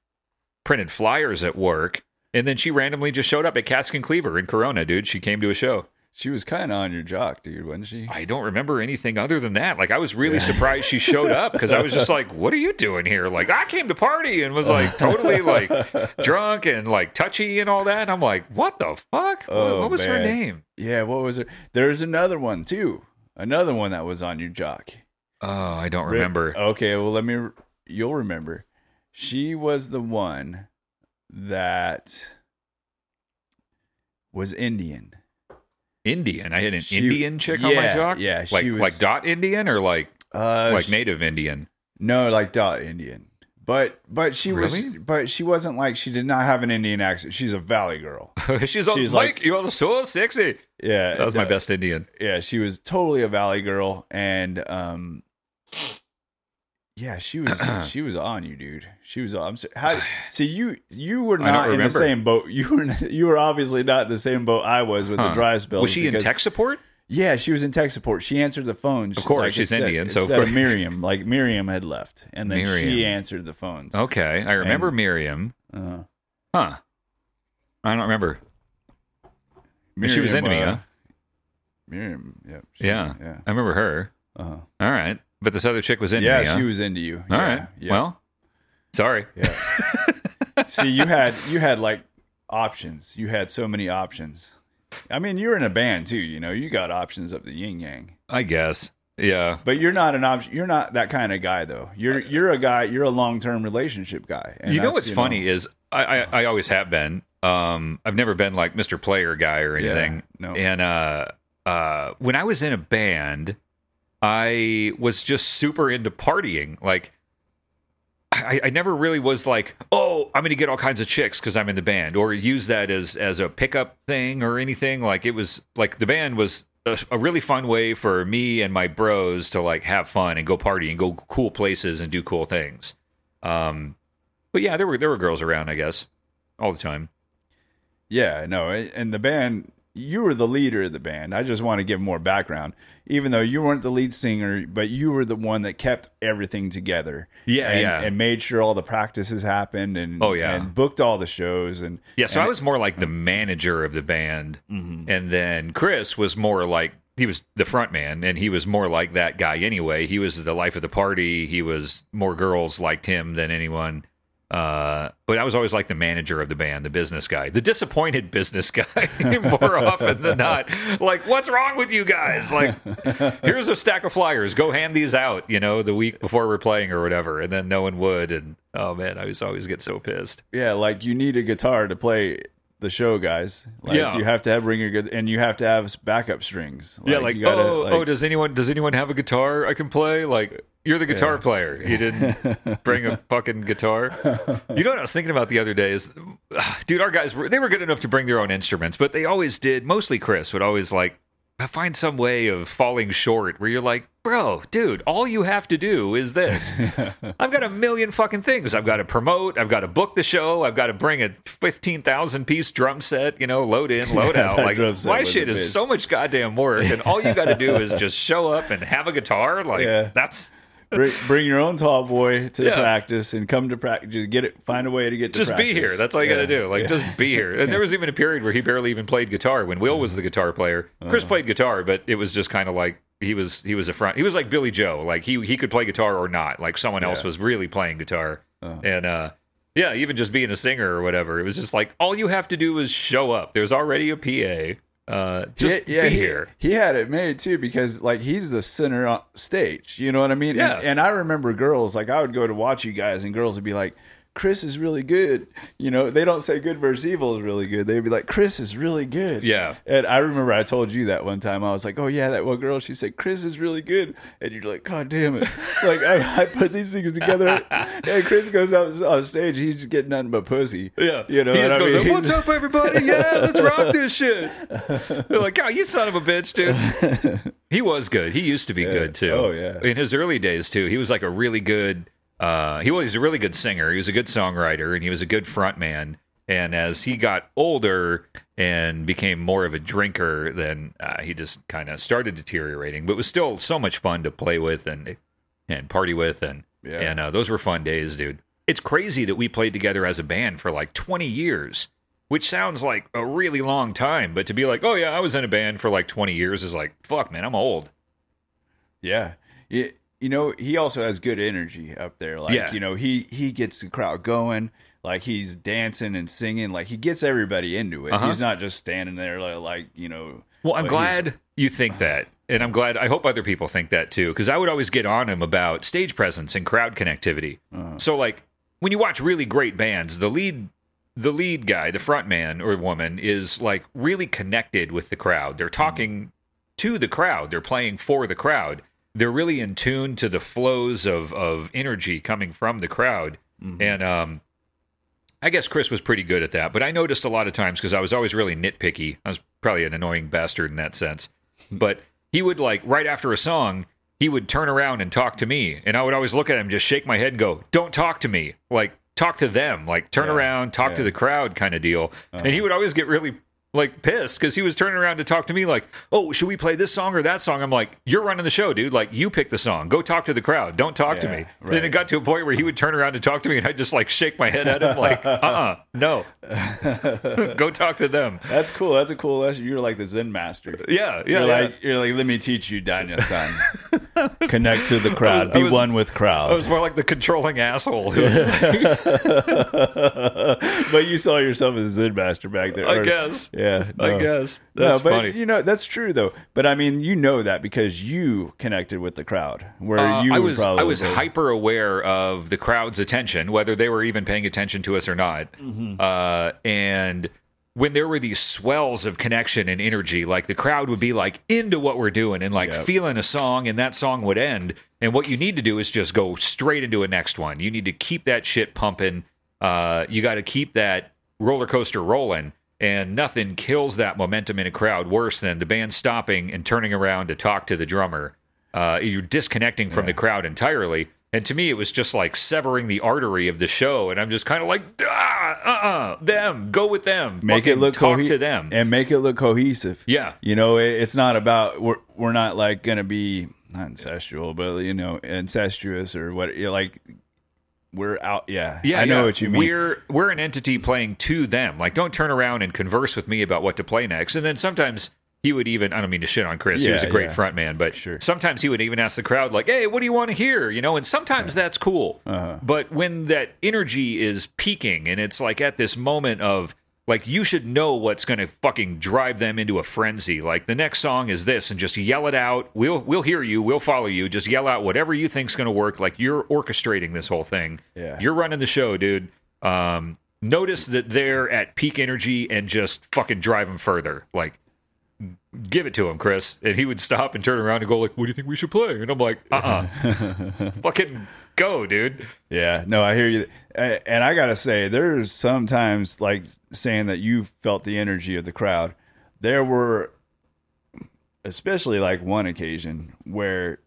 Speaker 1: printed flyers at work. And then she randomly just showed up at Cask and Cleaver in Corona, dude. She came to a show.
Speaker 2: she was kind of on your jock dude wasn't she
Speaker 1: I don't remember anything other than that. Like I was really surprised she showed up because I was just like, "What are you doing here?" Like I came to party and was like totally like drunk and like touchy and all that. And I'm like, "What the fuck?
Speaker 2: Oh,
Speaker 1: what, what was her
Speaker 2: man.
Speaker 1: name?"
Speaker 2: Yeah, what was it? There's another one too. Another one that was on your jock.
Speaker 1: Oh, I don't remember.
Speaker 2: Okay, well let me you'll remember. She was the one that was Indian.
Speaker 1: Indian. I had an
Speaker 2: She-
Speaker 1: Indian chick on my
Speaker 2: yeah,
Speaker 1: jock.
Speaker 2: yeah, she
Speaker 1: like
Speaker 2: was-
Speaker 1: like dot Indian or like
Speaker 2: Uh
Speaker 1: like
Speaker 2: sh-
Speaker 1: native Indian.
Speaker 2: No, like dot Indian. But but she
Speaker 1: Really?
Speaker 2: was but she wasn't like she did not have an Indian accent. She's a valley girl.
Speaker 1: She's all
Speaker 2: She's
Speaker 1: like,
Speaker 2: like-
Speaker 1: "You're so sexy."
Speaker 2: Yeah.
Speaker 1: That was my
Speaker 2: the-
Speaker 1: best Indian.
Speaker 2: yeah, she was totally a valley girl, and um, yeah, she was she was on you, dude. She was. I'm sorry. How, see, you you were
Speaker 1: I don't
Speaker 2: not in
Speaker 1: remember.
Speaker 2: the same boat. You were not- you were obviously not in the same boat I was with
Speaker 1: Huh.
Speaker 2: the dry spell.
Speaker 1: Was she in tech support?
Speaker 2: Yeah, she was in tech support. She answered the phone. Of
Speaker 1: course, she's Indian, so of course-
Speaker 2: Miriam, like Miriam had left, and then she
Speaker 1: Miriam. Oh.
Speaker 2: answered the phones.
Speaker 1: Okay, I remember
Speaker 2: And-
Speaker 1: Miriam.
Speaker 2: Uh,
Speaker 1: Huh. I don't remember. she was into me,
Speaker 2: uh,
Speaker 1: huh?
Speaker 2: Miriam, yep. she-
Speaker 1: Yeah.
Speaker 2: yeah,
Speaker 1: I remember her.
Speaker 2: uh-huh.
Speaker 1: All right. But this other chick was into
Speaker 2: yeah.
Speaker 1: me. huh?
Speaker 2: She was into you.
Speaker 1: All
Speaker 2: yeah,
Speaker 1: right.
Speaker 2: yeah.
Speaker 1: Well, sorry.
Speaker 2: See, you had you had like options. You had so many options. I mean, you're in a band too. You know, you got options of the yin yang.
Speaker 1: I guess. Yeah.
Speaker 2: But you're not an option. You're not that kind of guy, though. You're you're a guy. You're a long term relationship guy. And
Speaker 1: you know
Speaker 2: that's,
Speaker 1: what's funny is I, I I always have been. Um, I've never been like Mr. Player guy or
Speaker 2: Yeah,
Speaker 1: anything.
Speaker 2: no.
Speaker 1: And uh, uh, when I was in a band, I was just super into partying. Like, I, I never really was like, oh, I'm going to get all kinds of chicks because I'm in the band, or use that as as a pickup thing or anything. Like it was like the band was a, a really fun way for me and my bros to like have fun and go party and go cool places and do cool things. Um, but yeah, there were there were girls around, I guess, all the time.
Speaker 2: Yeah, no, and the band, you were the leader of the band. I just want to give more background, even though you weren't the lead singer, but you were the one that kept everything together.
Speaker 1: Yeah,
Speaker 2: and,
Speaker 1: yeah.
Speaker 2: and made sure all the practices happened, and
Speaker 1: Oh, yeah.
Speaker 2: and booked all the shows, and
Speaker 1: Yeah, so
Speaker 2: and
Speaker 1: I was more like the manager of the band, and then Chris was more like he was the front man, and he was more like that guy anyway. He was the life of the party. He was more girls liked him than anyone. Uh, but I was always like the manager of the band, the business guy, the disappointed business guy, more often than not. Like, what's wrong with you guys? Like, here's a stack of flyers. Go hand these out, you know, the week before we're playing or whatever. And then no one would. And oh man, I was always get so pissed.
Speaker 2: yeah, like you need a guitar to play the show, guys. Like
Speaker 1: Yeah.
Speaker 2: you have to have ringer good, and you have to have backup strings.
Speaker 1: yeah, like
Speaker 2: you gotta,
Speaker 1: oh,
Speaker 2: like-
Speaker 1: oh, does anyone does anyone have a guitar I can play? Like you're the guitar player. You didn't bring a fucking guitar. You know what I was thinking about the other day is, dude, our guys were they were good enough to bring their own instruments, but they always did. Mostly Chris would always like find some way of falling short where you're like, bro, dude, all you have to do is this. I've got a million fucking things. I've got to promote. I've got to book the show. I've got to bring a fifteen thousand piece drum set. You know, load in, load
Speaker 2: Yeah,
Speaker 1: out.
Speaker 2: that
Speaker 1: Like
Speaker 2: drum set
Speaker 1: my
Speaker 2: was a
Speaker 1: shit is
Speaker 2: bitch.
Speaker 1: so much goddamn work, and all you got to do is just show up and have a guitar. Like
Speaker 2: Yeah.
Speaker 1: that's
Speaker 2: bring, bring your own tall boy to the
Speaker 1: Yeah.
Speaker 2: practice and come to practice. Just get it, find a way to get. to
Speaker 1: just be
Speaker 2: practice.
Speaker 1: here. That's all you got to
Speaker 2: Yeah.
Speaker 1: do. Like
Speaker 2: Yeah.
Speaker 1: just be here. And there was even a period where he barely even played guitar when Will was the guitar player. Chris
Speaker 2: Uh-huh.
Speaker 1: played guitar, but it was just kind of like he was he was a front. He was like Billy Joe. Like he he could play guitar or not. Like someone else
Speaker 2: Yeah. Uh-huh.
Speaker 1: was really playing guitar. And uh yeah, even just being a singer or whatever, it was just like all you have to do is show up. There's already a PA. Uh, just
Speaker 2: Yeah, yeah,
Speaker 1: be
Speaker 2: he,
Speaker 1: here.
Speaker 2: He had it made too because like he's the center on stage. You know what I mean?
Speaker 1: Yeah.
Speaker 2: And, and I remember girls like I would go to watch you guys, and girls would be like, "Chris is really good." You know, they don't say "good versus evil" is really good. They'd be like, "Chris is really good."
Speaker 1: Yeah.
Speaker 2: And I remember I told you that one time. I was like, "Oh yeah, that one girl." She said, "Chris is really good," and you're like, "God damn it!" like I, I put these things together, and Chris goes up on stage. He's just getting nothing but pussy.
Speaker 1: Yeah,
Speaker 2: You know
Speaker 1: he
Speaker 2: what
Speaker 1: just
Speaker 2: I
Speaker 1: goes,
Speaker 2: mean?
Speaker 1: like, "What's up, everybody? Yeah, let's rock this shit." They're like, "Oh, you son of a bitch, dude." He was good. He used to be good too.
Speaker 2: Oh, yeah.
Speaker 1: in his early days too. He was like a really good. Uh, he was he was a really good singer. He was a good songwriter, and he was a good frontman. And as he got older and became more of a drinker, then uh, he just kind of started deteriorating. But it was still so much fun to play with and and party with and
Speaker 2: Yeah.
Speaker 1: and uh, those were fun days, dude. It's crazy that we played together as a band for like 20 years, which sounds like a really long time. But to be like, oh yeah, I was in a band for like 20 years is like, fuck, man, I'm old.
Speaker 2: Yeah. You, you know, he also has good energy up there. Like,
Speaker 1: Yeah.
Speaker 2: you know, he he gets the crowd going. Like he's dancing and singing. Like he gets everybody into it.
Speaker 1: Uh-huh.
Speaker 2: He's not just standing there like, like you know.
Speaker 1: Well, I'm
Speaker 2: like he's-
Speaker 1: glad you think that. And I'm glad, I hope other people think that too, because I would always get on him about stage presence and crowd connectivity.
Speaker 2: uh, Uh-huh.
Speaker 1: So, like, when you watch really great bands, the lead. The lead guy, the front man or woman, is like really connected with the crowd. They're talking to the crowd. They're playing for the crowd. They're really in tune to the flows of of energy coming from the crowd.
Speaker 2: Mm-hmm.
Speaker 1: And um, I guess Chris was pretty good at that. But I noticed a lot of times because I was always really nitpicky. I was probably an annoying bastard in that sense. But he would like right after a song, he would turn around and talk to me, and I would always look at him, just shake my head and go, "Don't talk to me. Like talk to them. Like turn
Speaker 2: Yeah,
Speaker 1: around, talk to
Speaker 2: yeah. Uh-huh.
Speaker 1: the crowd, kind of deal." And he would always get really like pissed because he was turning around to talk to me like oh should we play this song or that song i'm like you're running the show dude like you pick the song go talk to the crowd don't talk to
Speaker 2: Yeah,
Speaker 1: me
Speaker 2: right.
Speaker 1: then it got to a point where he would turn around to talk to me and i'd just like shake my head at him like uh-uh no go talk to them
Speaker 2: That's cool. That's a cool lesson. You're like the Zen master.
Speaker 1: yeah yeah,
Speaker 2: you're
Speaker 1: yeah.
Speaker 2: like you're like. Let me teach you, Danya San. Connect to the crowd.
Speaker 1: I
Speaker 2: Be
Speaker 1: was-
Speaker 2: one with crowd.
Speaker 1: It was more like the controlling asshole. who was-
Speaker 2: but you saw yourself as Zen master back there.
Speaker 1: I
Speaker 2: or-
Speaker 1: guess.
Speaker 2: Yeah.
Speaker 1: I
Speaker 2: no.
Speaker 1: guess.
Speaker 2: No,
Speaker 1: That's
Speaker 2: but
Speaker 1: funny.
Speaker 2: you know that's true though. But I mean, you know that because you connected with the crowd where
Speaker 1: Uh,
Speaker 2: you
Speaker 1: I
Speaker 2: would
Speaker 1: was
Speaker 2: probably
Speaker 1: I was
Speaker 2: go,
Speaker 1: hyper aware of the crowd's attention, whether they were even paying attention to us or not.
Speaker 2: Mm-hmm.
Speaker 1: Uh, and when there were these swells of connection and energy, like the crowd would be like into what we're doing and like
Speaker 2: Yep.
Speaker 1: feeling a song, and that song would end. And what you need to do is just go straight into a next one. You need to keep that shit pumping. Uh, you got to keep that roller coaster rolling. And nothing kills that momentum in a crowd worse than the band stopping and turning around to talk to the drummer uh, you're disconnecting from the crowd entirely. And to me, it was just like severing the artery of the show. And I'm just kind of like, ah, uh-uh, them, go with them,
Speaker 2: make it
Speaker 1: Fucking
Speaker 2: look
Speaker 1: talk
Speaker 2: cohe-
Speaker 1: to them.
Speaker 2: and make it look cohesive.
Speaker 1: yeah,
Speaker 2: You know, it, it's not about we're we're not like gonna be not ancestral, but you know, incestuous or what. You're like we're out. Yeah,
Speaker 1: yeah,
Speaker 2: I know
Speaker 1: yeah.
Speaker 2: what you mean.
Speaker 1: We're we're an entity playing to them. Like, don't turn around and converse with me about what to play next. And then sometimes he would even I don't mean to shit on Chris. he was a
Speaker 2: Yeah,
Speaker 1: great
Speaker 2: yeah.
Speaker 1: front man, but
Speaker 2: Sure.
Speaker 1: sometimes he would even ask the crowd like, "Hey, what do you want to hear?" You know. And sometimes that's cool.
Speaker 2: Uh-huh.
Speaker 1: But when that energy is peaking and it's like at this moment of like you should know what's going to fucking drive them into a frenzy. Like the next song is this and just yell it out. We'll we'll hear you, we'll follow you. Just yell out whatever you think's going to work. Like you're orchestrating this whole thing.
Speaker 2: Yeah.
Speaker 1: You're running the show, dude. Um notice that they're at peak energy and just fucking drive them further. Like give it to him, Chris. And he would stop and turn around and go like, "What do you think we should play?" And I'm like, "Uh, uh fucking go, dude."
Speaker 2: Yeah, no, I hear you. A- And I gotta say, there's sometimes like saying that you felt the energy of the crowd. There were, especially like one occasion where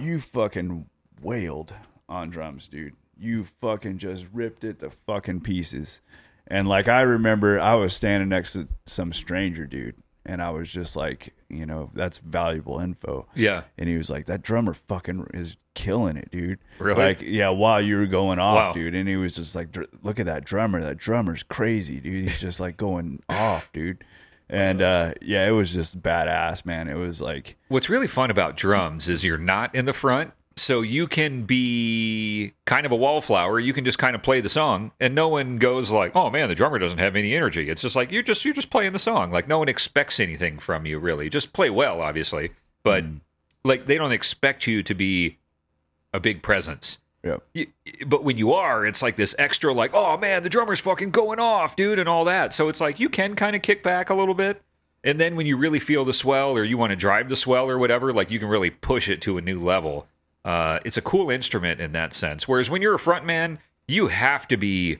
Speaker 2: you fucking wailed on drums, dude. You fucking just ripped it to fucking pieces. And like I remember, I was standing next to some stranger dude, and I was just like, you know, that's valuable info.
Speaker 1: Yeah,
Speaker 2: And he was like, "That drummer fucking is killing it, dude."
Speaker 1: Really?
Speaker 2: Like, yeah, while you were going off,
Speaker 1: Wow.
Speaker 2: dude. And he was just like, "Dr- "Look at that drummer. That drummer's crazy, dude. He's just like going off, dude." And uh, yeah, it was just badass, man. It was like,
Speaker 1: What's really fun about drums is you're not in the front, so you can be kind of a wallflower. You can just kind of play the song, and no one goes like, "Oh man, the drummer doesn't have any energy." It's just like you're just you're just playing the song. Like no one expects anything from you, really. Just play well, obviously, but like they don't expect you to be a big presence.
Speaker 2: yeah,
Speaker 1: Y- but when you are, it's like this extra, like, oh man, the drummer's fucking going off, dude, and all that. So it's like you can kind of kick back a little bit. And then when you really feel the swell or you want to drive the swell or whatever, like you can really push it to a new level. Uh, it's a cool instrument in that sense. Whereas when you're a front man, you have to be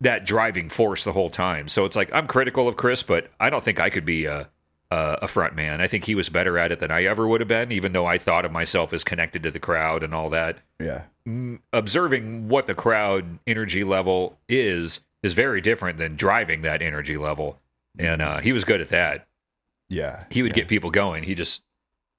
Speaker 1: that driving force the whole time. So it's like I'm critical of Chris, but I don't think I could be a a, a front man. I think he was better at it than I ever would have been, even though I thought of myself as connected to the crowd and all that
Speaker 2: yeah,
Speaker 1: m- observing what the crowd energy level is is very different than driving that energy level and uh, he was good at that
Speaker 2: yeah,
Speaker 1: he would get people going he just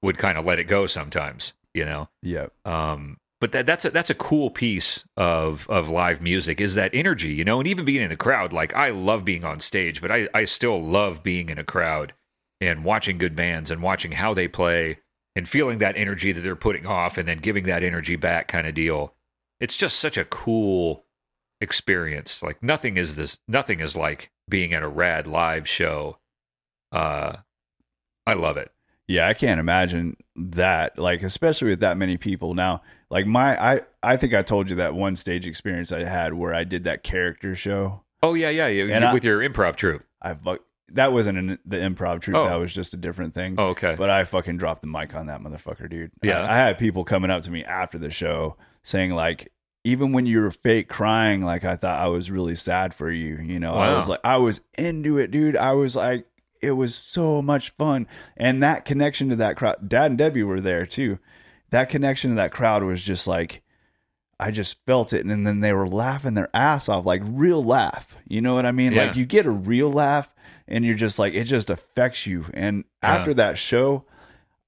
Speaker 1: would kind of let it go sometimes you know
Speaker 2: yeah,
Speaker 1: um, but that, that's a, that's a cool piece of of live music is that energy, you know, and even being in the crowd. Like I love being on stage, but I I still love being in a crowd and watching good bands and watching how they play and feeling that energy that they're putting off and then giving that energy back kind of deal. It's just such a cool experience. Like nothing is this nothing is like being at a rad live show. Uh I love it.
Speaker 2: yeah. I can't imagine that, like, especially with that many people now. Like my, I, I think I told you that one stage experience I had where I did that character show.
Speaker 1: Oh yeah, yeah, yeah.
Speaker 2: And I-
Speaker 1: with your improv troupe.
Speaker 2: I fuck. That wasn't an, the improv troupe.
Speaker 1: Oh.
Speaker 2: That was just a different thing.
Speaker 1: Oh, okay.
Speaker 2: But I fucking dropped the mic on that motherfucker, dude.
Speaker 1: Yeah.
Speaker 2: I, I had people coming up to me after the show saying like, even when you were fake crying, like I thought I was really sad for you. You know, I
Speaker 1: Wow.
Speaker 2: was like, I was into it, dude. I was like, it was so much fun, and that connection to that crowd. Dad and Debbie were there too. That connection to that crowd was just like. I just felt it, and then they were laughing their ass off, like real laugh. You know what I mean?
Speaker 1: Yeah.
Speaker 2: Like you get a real laugh, and you're just like it just affects you. And
Speaker 1: Yeah.
Speaker 2: after that show,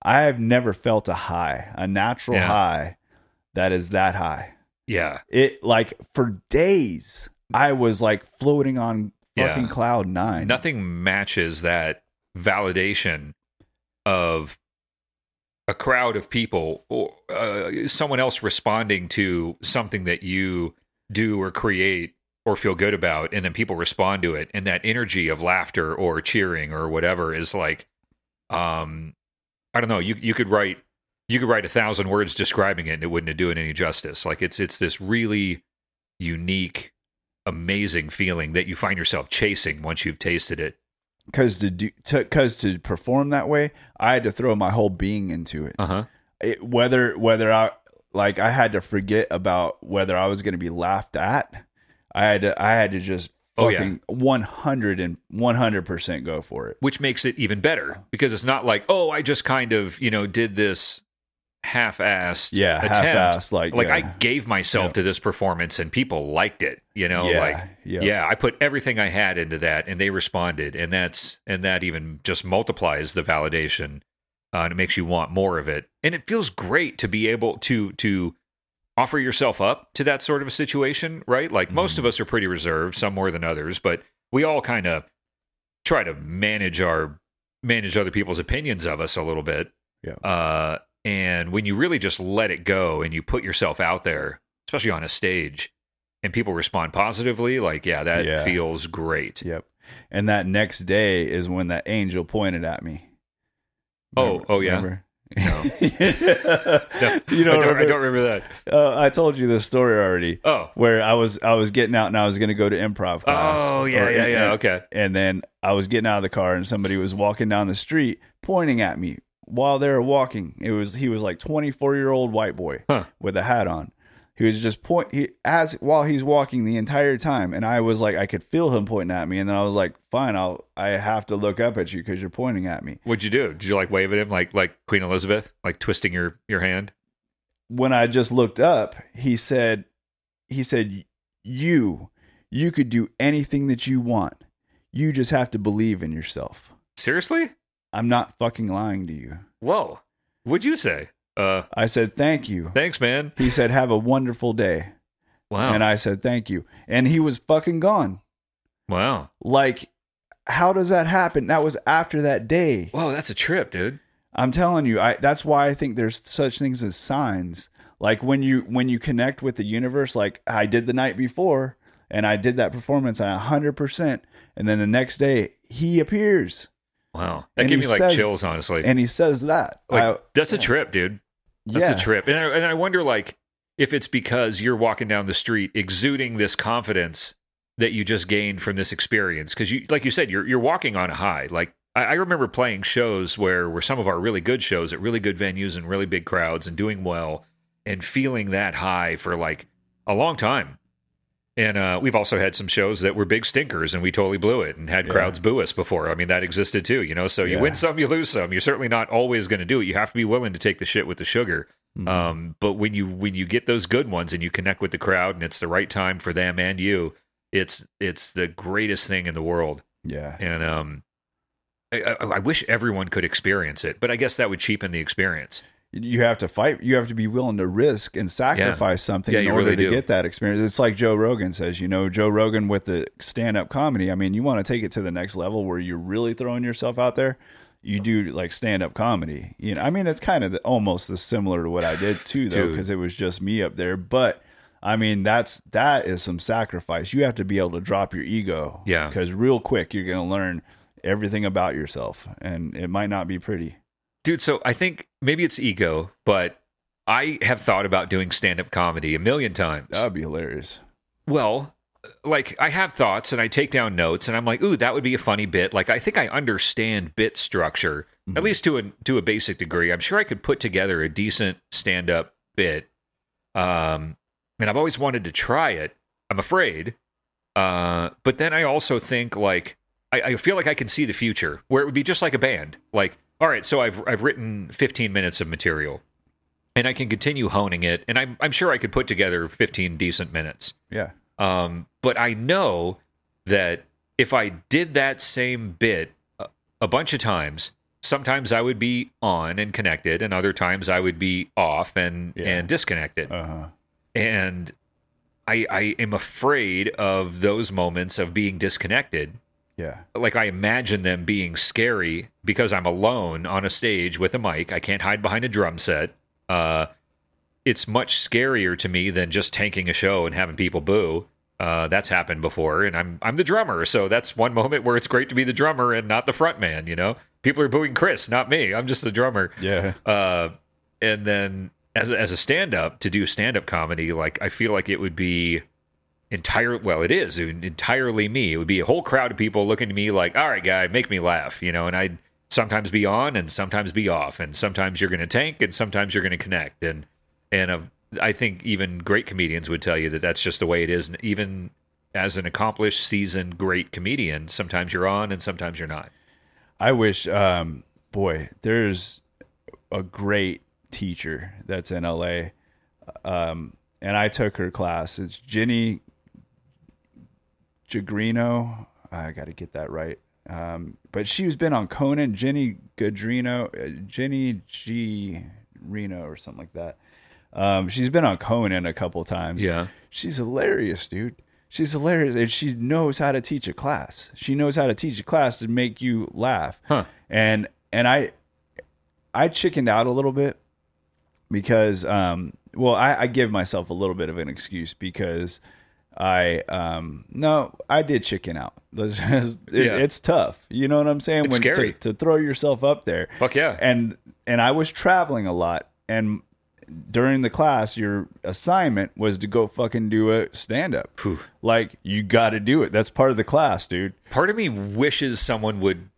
Speaker 2: I have never felt a high, a natural
Speaker 1: Yeah.
Speaker 2: high that is that high.
Speaker 1: Yeah.
Speaker 2: It like for days I was like floating on
Speaker 1: Yeah.
Speaker 2: fucking cloud nine.
Speaker 1: nothing matches that validation of a crowd of people or uh, someone else responding to something that you do or create or feel good about and then people respond to it and that energy of laughter or cheering or whatever is like um i don't know you you could write you could write a thousand words describing it and it wouldn't do it any justice like it's it's this really unique amazing feeling that you find yourself chasing once you've tasted it
Speaker 2: because to do because to, perform that way i had to throw my whole being into it,
Speaker 1: uh-huh
Speaker 2: it whether whether i like i had to forget about whether i was going to be laughed at i had to i had to just
Speaker 1: Oh, yeah.
Speaker 2: fucking 100 and 100% go for it
Speaker 1: which makes it even better because it's not like oh i just kind of you know did this half-assed
Speaker 2: yeah
Speaker 1: attempt
Speaker 2: half-assed like
Speaker 1: like
Speaker 2: yeah.
Speaker 1: i gave myself
Speaker 2: Yeah.
Speaker 1: to this performance and people liked it you know
Speaker 2: yeah,
Speaker 1: like
Speaker 2: yeah
Speaker 1: yeah i put everything i had into that and they responded and that's and that even just multiplies the validation uh, and it makes you want more of it and it feels great to be able to to offer yourself up to that sort of a situation right like most of us are pretty reserved some more than others but we all kind of try to manage our manage other people's opinions of us a little bit
Speaker 2: Yeah.
Speaker 1: uh and when you really just let it go and you put yourself out there especially on a stage and people respond positively, like, yeah, that
Speaker 2: Yeah.
Speaker 1: feels great.
Speaker 2: yep and that next day is when that angel pointed at me
Speaker 1: Oh, oh, yeah.
Speaker 2: remember?
Speaker 1: No, I
Speaker 2: you know
Speaker 1: don't,
Speaker 2: remember?
Speaker 1: I don't remember that.
Speaker 2: Uh, I told you this story already,
Speaker 1: Oh,
Speaker 2: where I was I was getting out and I was going to go to improv class.
Speaker 1: oh, yeah,
Speaker 2: Or-
Speaker 1: yeah,
Speaker 2: and-
Speaker 1: yeah. Okay.
Speaker 2: And then I was getting out of the car and somebody was walking down the street pointing at me while they were walking. It was he was like twenty four year old white boy
Speaker 1: Huh.
Speaker 2: with a hat on. He was just point he as while he's walking the entire time, and I was like I could feel him pointing at me, and then I was like, fine, I'll I have to look up at you because you're pointing at me.
Speaker 1: What'd you do? Did you like wave at him, like like Queen Elizabeth, like twisting your your hand?
Speaker 2: when I just looked up, he said, he said, you, you could do anything that you want. You just have to believe in yourself.
Speaker 1: Seriously?
Speaker 2: I'm not fucking lying to you.
Speaker 1: Whoa. What'd you say? Uh,
Speaker 2: I said, thank you.
Speaker 1: thanks, man.
Speaker 2: He said, have a wonderful day.
Speaker 1: Wow.
Speaker 2: And I said, thank you. And he was fucking gone.
Speaker 1: wow.
Speaker 2: Like, how does that happen? That was after that day.
Speaker 1: Whoa, that's a trip, dude.
Speaker 2: I'm telling you, I that's why I think there's such things as signs. Like when you when you connect with the universe, like I did the night before, and I did that performance at hundred percent, and then the next day he appears
Speaker 1: Wow. That
Speaker 2: And
Speaker 1: gave
Speaker 2: he
Speaker 1: me like
Speaker 2: says-
Speaker 1: chills, honestly.
Speaker 2: and he says that.
Speaker 1: like,
Speaker 2: I-
Speaker 1: that's a trip, dude. That's a trip. And I, and I wonder, like, if it's because you're walking down the street exuding this confidence that you just gained from this experience. Because you, like you said, you're you're walking on a high. Like I, I remember playing shows where were some of our really good shows at really good venues and really big crowds and doing well and feeling that high for like a long time. And uh, we've also had some shows that were big stinkers and we totally blew it and had
Speaker 2: Yeah.
Speaker 1: crowds boo us before. I mean, that existed too, you know? So you
Speaker 2: Yeah.
Speaker 1: win some, you lose some. You're certainly not always going to do it. You have to be willing to take the shit with the sugar.
Speaker 2: Mhm.
Speaker 1: Um, but when you when you get those good ones and you connect with the crowd and it's the right time for them and you, it's it's the greatest thing in the world.
Speaker 2: yeah,
Speaker 1: And um, I, I, I wish everyone could experience it, but I guess that would cheapen the experience.
Speaker 2: you have to fight. You have to be willing to risk and sacrifice something
Speaker 1: Yeah,
Speaker 2: in
Speaker 1: you
Speaker 2: order
Speaker 1: really
Speaker 2: to
Speaker 1: do.
Speaker 2: get that experience. It's like Joe Rogan says. You know, Joe Rogan with the stand-up comedy. I mean, you want to take it to the next level where you're really throwing yourself out there. You do like stand-up comedy. You know, I mean, it's kind of the, almost the, similar to what I did too, though,
Speaker 1: Dude.
Speaker 2: because it was just me up there. But I mean, that's that is some sacrifice. You have to be able to drop your ego.
Speaker 1: Yeah.
Speaker 2: because real quick you're going to learn everything about yourself, and it might not be pretty.
Speaker 1: Dude, so I think maybe it's ego, but I have thought about doing stand up comedy a million times.
Speaker 2: That would be hilarious.
Speaker 1: Well, like I have thoughts and I take down notes and I'm like, ooh, that would be a funny bit. Like I think I understand bit structure at least to a to a basic degree. I'm sure I could put together a decent stand up bit. Um, and I've always wanted to try it. I'm afraid, uh, but then I also think like I, I feel like I can see the future where it would be just like a band. Like, all right, so I've I've written 15 minutes of material. And I can continue honing it, and I'm, I'm sure I could put together 15 decent minutes.
Speaker 2: Yeah.
Speaker 1: Um, but I know that if I did that same bit a, a bunch of times, sometimes I would be on and connected, and other times I would be off and
Speaker 2: Yeah.
Speaker 1: and disconnected.
Speaker 2: Uh huh.
Speaker 1: and I I am afraid of those moments of being disconnected
Speaker 2: Yeah.
Speaker 1: like I imagine them being scary because I'm alone on a stage with a mic. I can't hide behind a drum set. Uh, it's much scarier to me than just tanking a show and having people boo. Uh, that's happened before, and I'm I'm the drummer, so that's one moment where it's great to be the drummer and not the front man. You know, people are booing Chris, not me. I'm just the drummer.
Speaker 2: Yeah.
Speaker 1: Uh, and then as a, as a stand up to do stand up comedy, like I feel like it would be entire well it is entirely me it would be a whole crowd of people looking to me like all right guy make me laugh you know and i'd sometimes be on and sometimes be off and sometimes you're going to tank and sometimes you're going to connect and and uh, i think even great comedians would tell you that that's just the way it is and even as an accomplished seasoned great comedian sometimes you're on and sometimes you're not
Speaker 2: I wish, um, boy, there's a great teacher that's in LA. Um, and I took her class. It's Ginny Jagrino. Ah, I got to get that right. Um, but she's been on Conan, Ginny Gadrino, uh, Ginny G Reno or something like that. Um, she's been on Conan a couple times.
Speaker 1: Yeah.
Speaker 2: She's hilarious, dude. She's hilarious, and she knows how to teach a class. She knows how to teach a class to make you laugh.
Speaker 1: Huh.
Speaker 2: And and I, I chickened out a little bit because, um, well, I, I give myself a little bit of an excuse because I, um, no, I did chicken out. Let's just- it-
Speaker 1: Yeah.
Speaker 2: It's tough, you know what I'm saying?
Speaker 1: It's
Speaker 2: to-
Speaker 1: scary.
Speaker 2: To, throw yourself up there.
Speaker 1: Fuck yeah.
Speaker 2: And and I was traveling a lot, and during the class, your assignment was to go fucking do a stand up.
Speaker 1: Phew.
Speaker 2: Like you got to do it. That's part of the class, dude.
Speaker 1: part of me wishes someone would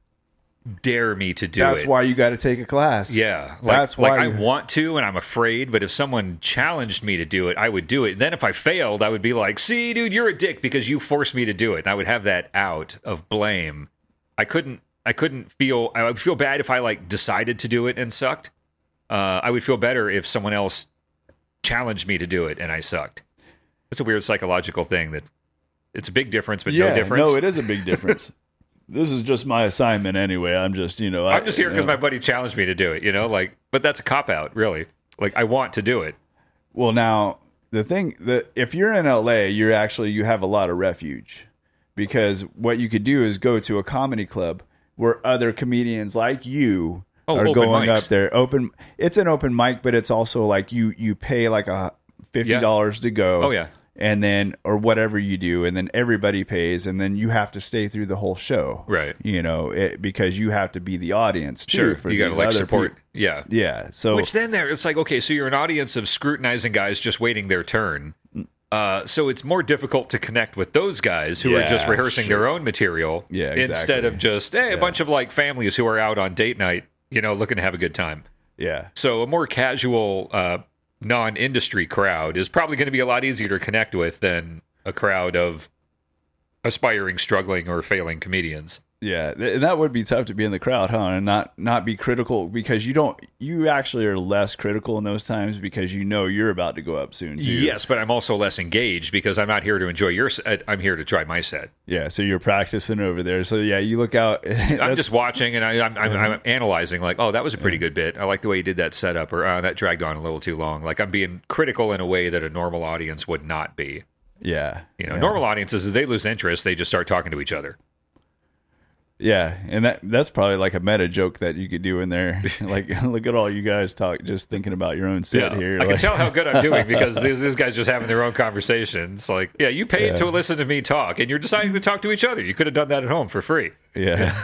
Speaker 1: dare me to do
Speaker 2: That's
Speaker 1: it
Speaker 2: why you got to take a class.
Speaker 1: Yeah, like,
Speaker 2: that's why
Speaker 1: like I
Speaker 2: you-
Speaker 1: want to, and I'm afraid. But if someone challenged me to do it, I would do it. Then if I failed, I would be like, "See, dude, you're a dick because you forced me to do it." And I would have that out of blame. I couldn't. I couldn't feel. I would feel bad if I like decided to do it and sucked. Uh, I would feel better if someone else challenged me to do it and I sucked. It's a weird psychological thing that it's a big difference, but
Speaker 2: yeah,
Speaker 1: no difference.
Speaker 2: No, it is a big difference. this is just my assignment anyway. I'm just you know.
Speaker 1: I'm just here because my buddy challenged me to do it. You know, like, but that's a cop out, really. Like, I want to do it.
Speaker 2: Well, now the thing that if you're in LA, you're actually you have a lot of refuge because what you could do is go to a comedy club where other comedians like you
Speaker 1: Oh,
Speaker 2: are
Speaker 1: open
Speaker 2: going
Speaker 1: mics.
Speaker 2: up there. Open, it's an open mic, but it's also like you you pay like a fifty dollars to go.
Speaker 1: Oh, yeah.
Speaker 2: and then or whatever you do, and then everybody pays, and then you have to stay through the whole show,
Speaker 1: Right.
Speaker 2: You know, it, because you have to be the audience. too,
Speaker 1: Sure,
Speaker 2: for
Speaker 1: you gotta
Speaker 2: these
Speaker 1: like
Speaker 2: other
Speaker 1: support.
Speaker 2: peop-
Speaker 1: Yeah.
Speaker 2: Yeah, so
Speaker 1: Which then there, it's like okay, so you're an audience of scrutinizing guys just waiting their turn. Uh, so it's more difficult to connect with those guys who are just
Speaker 2: Yeah,
Speaker 1: rehearsing their own material
Speaker 2: Yeah,
Speaker 1: instead
Speaker 2: exactly.
Speaker 1: of just hey, a bunch of like families who are out on date night, you know, looking to have a good time.
Speaker 2: yeah,
Speaker 1: So a more casual, uh, non-industry crowd is probably going to be a lot easier to connect with than a crowd of aspiring, struggling, or failing comedians.
Speaker 2: Yeah, th- and that would be tough to be in the crowd, huh? And not not be critical because you don't you actually are less critical in those times because you know you're about to go up soon too.
Speaker 1: Yes, but I'm also less engaged because I'm not here to enjoy your set. I'm here to try my set.
Speaker 2: Yeah, so you're practicing over there. So yeah, you look out.
Speaker 1: I'm
Speaker 2: that's-
Speaker 1: just watching and I, I'm, I'm, I'm analyzing, like, oh, that was a pretty good bit. I like the way you did that setup, or uh, that dragged on a little too long. Like, I'm being critical in a way that a normal audience would not be.
Speaker 2: yeah,
Speaker 1: You know,
Speaker 2: yeah.
Speaker 1: normal audiences, if they lose interest, they just start talking to each other.
Speaker 2: Yeah, and that that's probably like a meta joke that you could do in there. like, look at all you guys talk, just thinking about your own set here.
Speaker 1: I can
Speaker 2: Like,
Speaker 1: tell how good I'm doing because these, these guys just having their own conversations. Like, yeah, you paid to listen to me talk, and you're deciding to talk to each other. You could have done that at home for free.
Speaker 2: yeah,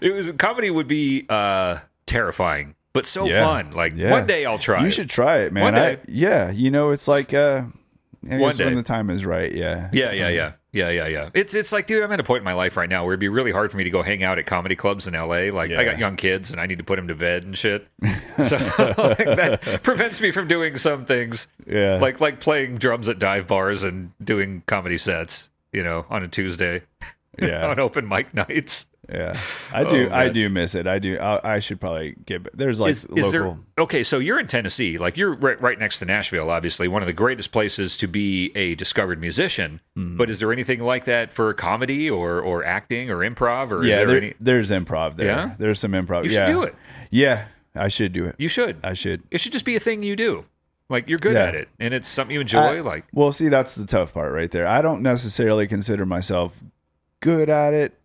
Speaker 1: It was comedy would be uh, terrifying, but so
Speaker 2: Yeah.
Speaker 1: fun. Like
Speaker 2: Yeah.
Speaker 1: one day I'll try.
Speaker 2: you
Speaker 1: it.
Speaker 2: should try it, man.
Speaker 1: One
Speaker 2: I,
Speaker 1: day.
Speaker 2: yeah, you know, it's like uh, I
Speaker 1: One
Speaker 2: guess when
Speaker 1: day.
Speaker 2: the time is right. Yeah,
Speaker 1: Yeah, yeah, yeah, yeah, yeah, yeah. It's it's like, dude, I'm at a point in my life right now where it'd be really hard for me to go hang out at comedy clubs in LA. Like, I
Speaker 2: Yeah.
Speaker 1: got young kids and I need to put them to bed and shit. So like, that prevents me from doing some things,
Speaker 2: yeah.
Speaker 1: like like playing drums at dive bars and doing comedy sets. You know, on a Tuesday
Speaker 2: yeah.
Speaker 1: on open mic nights.
Speaker 2: Yeah, I do.
Speaker 1: Oh,
Speaker 2: I
Speaker 1: man.
Speaker 2: do miss it. I do. I, I should probably get. There's like
Speaker 1: Is,
Speaker 2: local.
Speaker 1: is there okay? So you're in Tennessee, like you're right, right next to Nashville, obviously one of the greatest places to be a discovered musician.
Speaker 2: Mm-hmm.
Speaker 1: But is there anything like that for comedy or or acting or improv or is
Speaker 2: yeah,
Speaker 1: there,
Speaker 2: there-
Speaker 1: any?
Speaker 2: there's improv there.
Speaker 1: Yeah?
Speaker 2: There's some improv.
Speaker 1: You should
Speaker 2: yeah.
Speaker 1: do it.
Speaker 2: Yeah, I should do it.
Speaker 1: You should.
Speaker 2: I should.
Speaker 1: it should just be a thing you do. Like you're good
Speaker 2: Yeah.
Speaker 1: at it, and it's something you enjoy.
Speaker 2: I-
Speaker 1: like
Speaker 2: Well, see, that's the tough part right there. I don't necessarily consider myself good at it.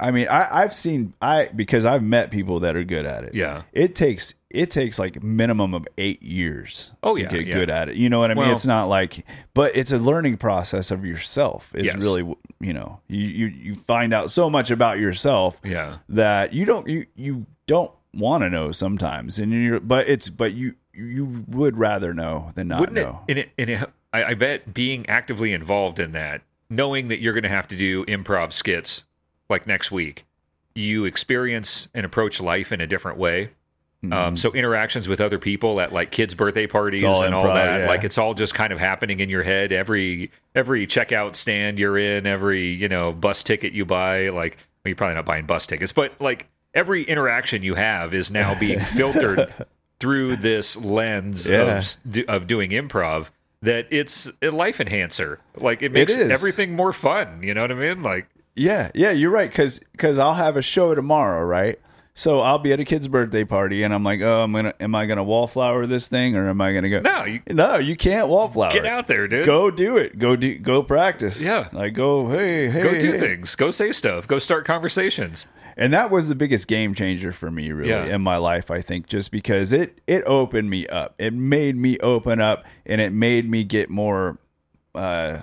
Speaker 2: I mean, I, I've seen I because I've met people that are good at it.
Speaker 1: Yeah.
Speaker 2: It takes it takes like minimum of eight years
Speaker 1: Oh,
Speaker 2: to
Speaker 1: yeah,
Speaker 2: get
Speaker 1: yeah.
Speaker 2: good at it. You know what I mean?
Speaker 1: Well-
Speaker 2: It's not like but it's a learning process of yourself. It's
Speaker 1: Yes.
Speaker 2: really you know, you, you you find out so much about yourself
Speaker 1: Yeah.
Speaker 2: that you don't you you don't want to know sometimes and you're but it's but you you would rather know than not
Speaker 1: Wouldn't
Speaker 2: know.
Speaker 1: it? And it, and it I, I bet being actively involved in that, knowing that you're going to have to do improv skits like next week, you experience and approach life in a different way. Um, so interactions with other people at like kids' birthday parties
Speaker 2: Mm-hmm. all
Speaker 1: and all
Speaker 2: improv,
Speaker 1: that,
Speaker 2: yeah.
Speaker 1: like it's all just kind of happening in your head. Every every checkout stand you're in, every you know bus ticket you buy, like well, you're probably not buying bus tickets, but like every interaction you have is now being filtered through this lens of
Speaker 2: Yeah.
Speaker 1: s- do- of doing improv. That it's a life enhancer. Like it makes
Speaker 2: is.
Speaker 1: everything more fun. You know what I mean? Like
Speaker 2: Yeah, yeah, you're right. Cause, cause I'll have a show tomorrow, right? So I'll be at a kid's birthday party, and I'm like, oh, I'm gonna, am I gonna wallflower this thing, or am I gonna go?
Speaker 1: no, you
Speaker 2: no, you can't wallflower.
Speaker 1: get
Speaker 2: it.
Speaker 1: out there, dude.
Speaker 2: Go do it. Go do. Go practice.
Speaker 1: Yeah.
Speaker 2: Like go. Hey, hey.
Speaker 1: Go do
Speaker 2: hey.
Speaker 1: things. Go say stuff. Go start conversations.
Speaker 2: And that was the biggest game changer for me, really,
Speaker 1: Yeah.
Speaker 2: in my life. I think just because it it opened me up. It made me open up, and it made me get more uh,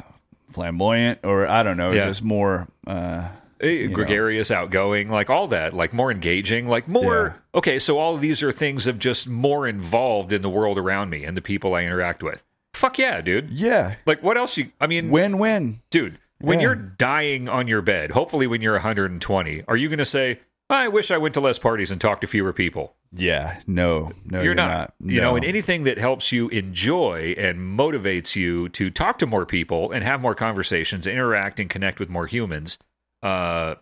Speaker 2: flamboyant, or I don't know,
Speaker 1: Yeah.
Speaker 2: just more. Uh,
Speaker 1: Eh, gregarious, outgoing, like all that, like more engaging, like more. Okay, so all of these are things of just more involved in the world around me and the people I interact with. Fuck yeah, dude.
Speaker 2: yeah.
Speaker 1: Like what else you I mean,
Speaker 2: Win win.
Speaker 1: dude, when
Speaker 2: yeah.
Speaker 1: you're dying on your bed, hopefully when you're 120, are you going to say, "I wish I went to less parties and talked to fewer people"?
Speaker 2: Yeah, no, no,
Speaker 1: you're, not, you
Speaker 2: No.
Speaker 1: know, and anything that helps you enjoy and motivates you to talk to more people and have more conversations, interact and connect with more humans, uh,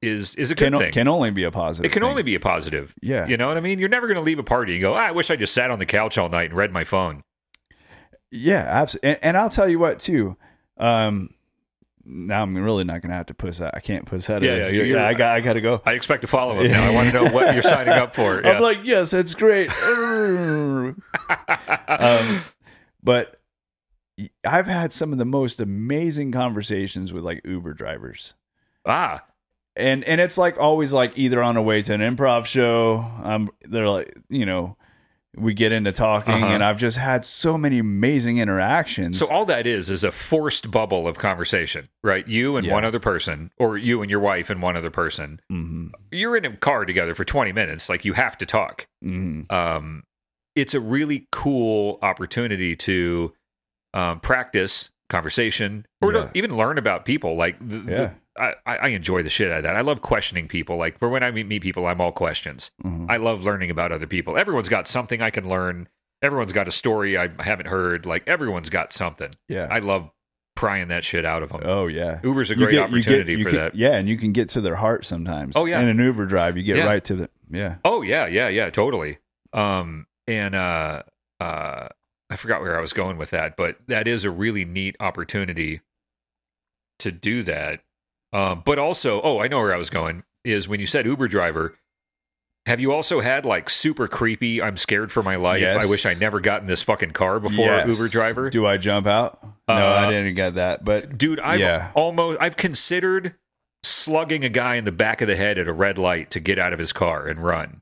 Speaker 1: is is a good
Speaker 2: can, o-
Speaker 1: thing.
Speaker 2: can only be a positive.
Speaker 1: It can
Speaker 2: thing.
Speaker 1: only be a positive.
Speaker 2: Yeah.
Speaker 1: You know what I mean? You're never going to leave a party and go, "Ah, I wish I just sat on the couch all night and read my phone.
Speaker 2: yeah, absolutely. And, and I'll tell you what, too. Um, now I'm really not gonna have to push that. I can't push that.
Speaker 1: Yeah, yeah, you're- you're-
Speaker 2: I got, I got to go.
Speaker 1: I expect a follow up now. I want to know what you're signing up for. Yeah.
Speaker 2: I'm like, yes, that's great. um, but I've had some of the most amazing conversations with like Uber drivers.
Speaker 1: ah,
Speaker 2: and and it's like always like either on a way to an improv show um they're like you know we get into talking
Speaker 1: Uh-huh.
Speaker 2: and i've just had so many amazing interactions
Speaker 1: so all that is is a forced bubble of conversation, right? You and
Speaker 2: Yeah.
Speaker 1: one other person, or you and your wife and one other person.
Speaker 2: Mhm,
Speaker 1: You're in a car together for 20 minutes. Like you have to talk.
Speaker 2: mhm.
Speaker 1: um, it's a really cool opportunity to um, practice conversation or to
Speaker 2: Yeah.
Speaker 1: even learn about people. Like, the, the-
Speaker 2: Yeah.
Speaker 1: I, I I enjoy the shit out of that. I love questioning people. Like, for when I meet, meet people, I'm all questions.
Speaker 2: Mhm.
Speaker 1: I love learning about other people. Everyone's got something I can learn. Everyone's got a story I haven't heard. Like, everyone's got something.
Speaker 2: yeah
Speaker 1: I love prying that shit out of them.
Speaker 2: oh yeah
Speaker 1: Uber's a great opportunity
Speaker 2: you
Speaker 1: for
Speaker 2: can-
Speaker 1: that.
Speaker 2: yeah and you can get to their heart sometimes
Speaker 1: Oh, yeah.
Speaker 2: in an uber drive you get
Speaker 1: Yeah.
Speaker 2: right to the yeah
Speaker 1: Oh yeah, yeah, yeah, totally. Um, and uh, uh, I forgot where I was going with that, but that is a really neat opportunity to do that. Um, but also, oh, I know where I was going is when you said Uber driver. Have you also had like super creepy? I'm scared for my life.
Speaker 2: Yes.
Speaker 1: I wish I never got in this fucking car before.
Speaker 2: Yes.
Speaker 1: Uber driver,
Speaker 2: do i jump out no
Speaker 1: Uh,
Speaker 2: i didn't get that but
Speaker 1: dude i've
Speaker 2: Yeah.
Speaker 1: almost i've considered slugging a guy in the back of the head at a red light to get out of his car and run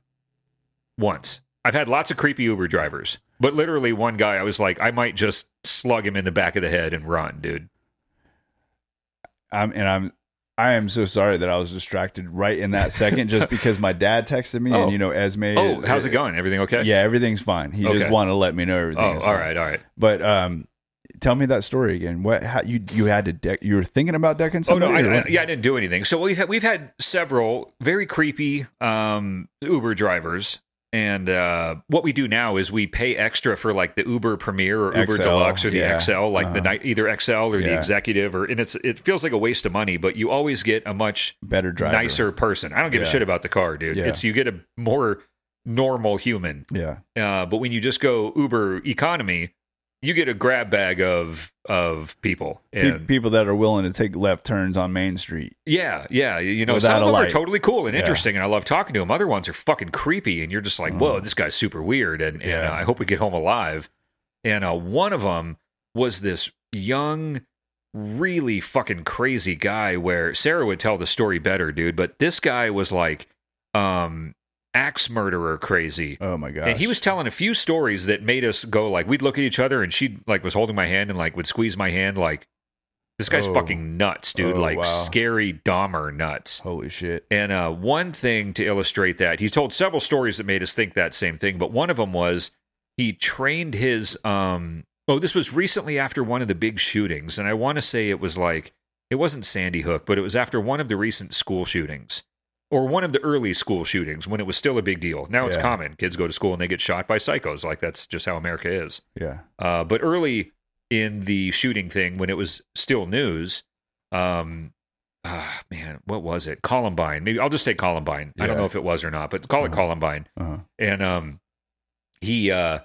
Speaker 1: once i've had lots of creepy uber drivers but literally one guy i was like i might just slug him in the back of the head and run dude
Speaker 2: i'm and i'm I am so sorry that I was distracted right in that second, just because my dad texted me,
Speaker 1: Oh.
Speaker 2: and you know, Esme.
Speaker 1: oh
Speaker 2: is-
Speaker 1: how's it going everything okay
Speaker 2: Yeah, everything's fine. He
Speaker 1: Okay.
Speaker 2: just wanted to let me know everything.
Speaker 1: oh
Speaker 2: is
Speaker 1: all
Speaker 2: fine.
Speaker 1: right all right
Speaker 2: But um, tell me that story again. What? How you you had to deck? You were thinking about decking somebody?
Speaker 1: Oh no,
Speaker 2: or
Speaker 1: I, I,
Speaker 2: what?
Speaker 1: yeah, I didn't do anything. So we've had, we've had several very creepy um, Uber drivers, and uh, what we do now is we pay extra for like the Uber Premier or Uber
Speaker 2: XL,
Speaker 1: Deluxe or the
Speaker 2: yeah.
Speaker 1: XL, like the
Speaker 2: Uh-huh.
Speaker 1: night either XL or the
Speaker 2: Yeah.
Speaker 1: Executive, or and it's it feels like a waste of money, but you always get a much
Speaker 2: better driver.
Speaker 1: nicer person. I don't give a
Speaker 2: Yeah.
Speaker 1: shit about the car, dude.
Speaker 2: Yeah.
Speaker 1: It's you get a more normal human.
Speaker 2: Yeah,
Speaker 1: Uh, but when you just go Uber economy, you get a grab bag of of people.
Speaker 2: Pe-
Speaker 1: And
Speaker 2: people that are willing to take left turns on Main Street.
Speaker 1: yeah, yeah. You know,
Speaker 2: Without
Speaker 1: some
Speaker 2: a
Speaker 1: of them are
Speaker 2: light.
Speaker 1: totally cool and
Speaker 2: Yeah.
Speaker 1: interesting, and I love talking to them. Other ones are fucking creepy, and you're just like, whoa, this guy's super weird, and, and
Speaker 2: Mm-hmm. Yeah.
Speaker 1: uh, I hope we get home alive. And uh, one of them was this young really fucking crazy guy where Sarah would tell the story better, dude, but this guy was like um axe murderer crazy.
Speaker 2: Oh my gosh.
Speaker 1: And he was telling a few stories that made us go like we'd look at each other and she like was holding my hand and like would squeeze my hand like this guy's
Speaker 2: Oh.
Speaker 1: fucking nuts, dude,
Speaker 2: Oh,
Speaker 1: like
Speaker 2: wow.
Speaker 1: scary Dahmer nuts.
Speaker 2: holy shit.
Speaker 1: And uh, one thing to illustrate that, he told several stories that made us think that same thing, but one of them was he trained his. Um, oh, this was recently after one of the big shootings. And I want to say it was like, it wasn't Sandy Hook, but it was after one of the recent school shootings or one of the early school shootings when it was still a big deal. Now it's
Speaker 2: Yeah.
Speaker 1: common. Kids go to school and they get shot by psychos. Like, that's just how America is.
Speaker 2: Yeah.
Speaker 1: Uh, but early in the shooting thing, when it was still news, um, ah, man, what was it? Columbine. Maybe I'll just say Columbine. I don't
Speaker 2: Yeah.
Speaker 1: know if it was or not, but call it
Speaker 2: Uh-huh.
Speaker 1: Columbine.
Speaker 2: Uh-huh.
Speaker 1: And um, he uh,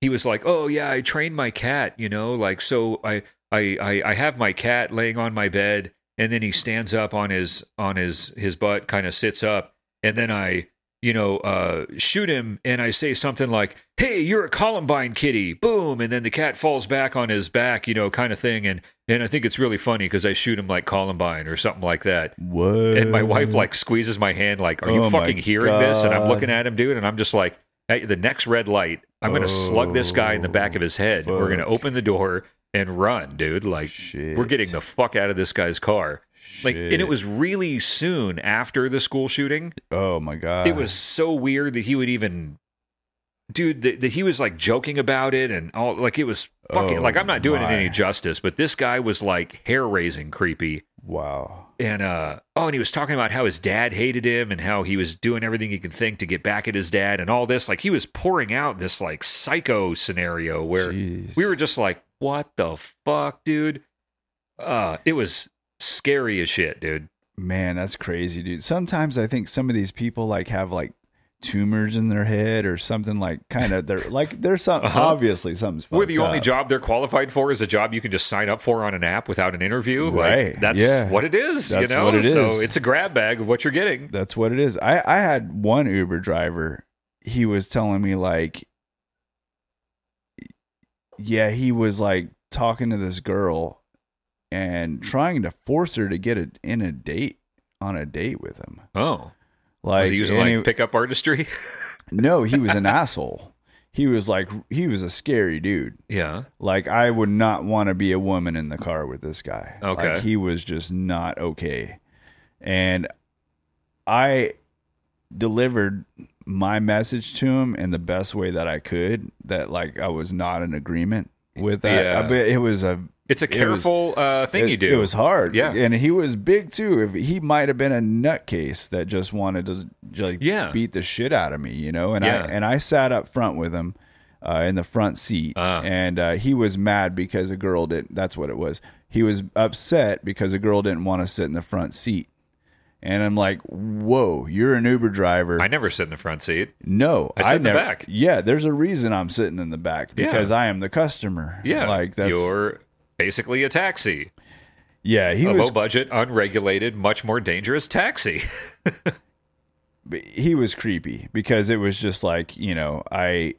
Speaker 1: he was like, "Oh yeah, I trained my cat. You know, like so I I I, I have my cat laying on my bed." And then he stands up on his on his his butt, kind of sits up, and then I you know, uh, shoot him, and I say something like, "Hey, you're a Columbine kitty!" Boom, and then the cat falls back on his back, you know, kind of thing. And and I think it's really funny because I shoot him like Columbine or something like that.
Speaker 2: What?
Speaker 1: And my wife like squeezes my hand, like, "Are you
Speaker 2: Uh, Oh, my
Speaker 1: fucking hearing this?" And I'm
Speaker 2: God.
Speaker 1: looking at him, dude, and I'm just like, at the next red light, I'm gonna slug this guy in the back of his head. We're gonna
Speaker 2: Oh, fuck.
Speaker 1: open the door and run, dude. Like,
Speaker 2: Shit.
Speaker 1: we're getting the fuck out of this guy's car. Like, and it
Speaker 2: Shit.
Speaker 1: was really soon after the school shooting
Speaker 2: Oh my god.
Speaker 1: it was so weird that he would even dude that, that he was like joking about it and all like it was fucking
Speaker 2: Oh,
Speaker 1: like i'm not doing
Speaker 2: my.
Speaker 1: it any justice but this guy was like hair raising creepy
Speaker 2: wow.
Speaker 1: and uh oh and he was talking about how his dad hated him and how he was doing everything he could think to get back at his dad and all this like he was pouring out this like psycho scenario where
Speaker 2: Jeez.
Speaker 1: we were just like what the fuck dude uh it was scary as shit dude
Speaker 2: Man, that's crazy, dude. Sometimes I think some of these people like have like tumors in their head or something like kind of they're like there's some
Speaker 1: Uh-huh.
Speaker 2: obviously something's
Speaker 1: We're
Speaker 2: fucked
Speaker 1: the only
Speaker 2: up.
Speaker 1: job they're qualified for is a job you can just sign up for on an app without an interview. Like
Speaker 2: Right.
Speaker 1: that's
Speaker 2: Yeah.
Speaker 1: what it is,
Speaker 2: That's
Speaker 1: you know.
Speaker 2: what it
Speaker 1: so
Speaker 2: is.
Speaker 1: it's a grab bag of what you're getting.
Speaker 2: That's what it is. I I had one Uber driver. He was telling me like yeah, he was like talking to this girl and trying to force her to get a, in a date on a date with him.
Speaker 1: Oh.
Speaker 2: Like
Speaker 1: was he using
Speaker 2: and
Speaker 1: like
Speaker 2: it-
Speaker 1: pickup artistry?
Speaker 2: No, he was an asshole. He was like he was a scary dude.
Speaker 1: yeah.
Speaker 2: Like I would not want to be a woman in the car with this guy.
Speaker 1: Okay.
Speaker 2: Like he was just not okay. And I delivered my message to him in the best way that I could that like I was not in agreement with that.
Speaker 1: Yeah.
Speaker 2: But it was a
Speaker 1: It's a
Speaker 2: was-
Speaker 1: careful uh, thing
Speaker 2: it,
Speaker 1: you do.
Speaker 2: It was hard.
Speaker 1: Yeah.
Speaker 2: And he was big too. If he might have been a nutcase that just wanted to like
Speaker 1: Yeah.
Speaker 2: beat the shit out of me, you know. And
Speaker 1: Yeah.
Speaker 2: I and I sat up front with him uh, in the front seat,
Speaker 1: Ah.
Speaker 2: and uh, he was mad because a girl didn't. That's what it was. He was upset because a girl didn't want to sit in the front seat. And I'm like, whoa, you're an Uber driver.
Speaker 1: I never sit in the front seat.
Speaker 2: No,
Speaker 1: I sit in the
Speaker 2: never,
Speaker 1: back.
Speaker 2: Yeah, there's a reason I'm sitting in the back
Speaker 1: Yeah.
Speaker 2: because I am the customer.
Speaker 1: Yeah.
Speaker 2: like that's
Speaker 1: you're basically a taxi.
Speaker 2: yeah. He
Speaker 1: a
Speaker 2: was
Speaker 1: low budget, unregulated, much more dangerous taxi.
Speaker 2: but he was creepy because it was just like you know i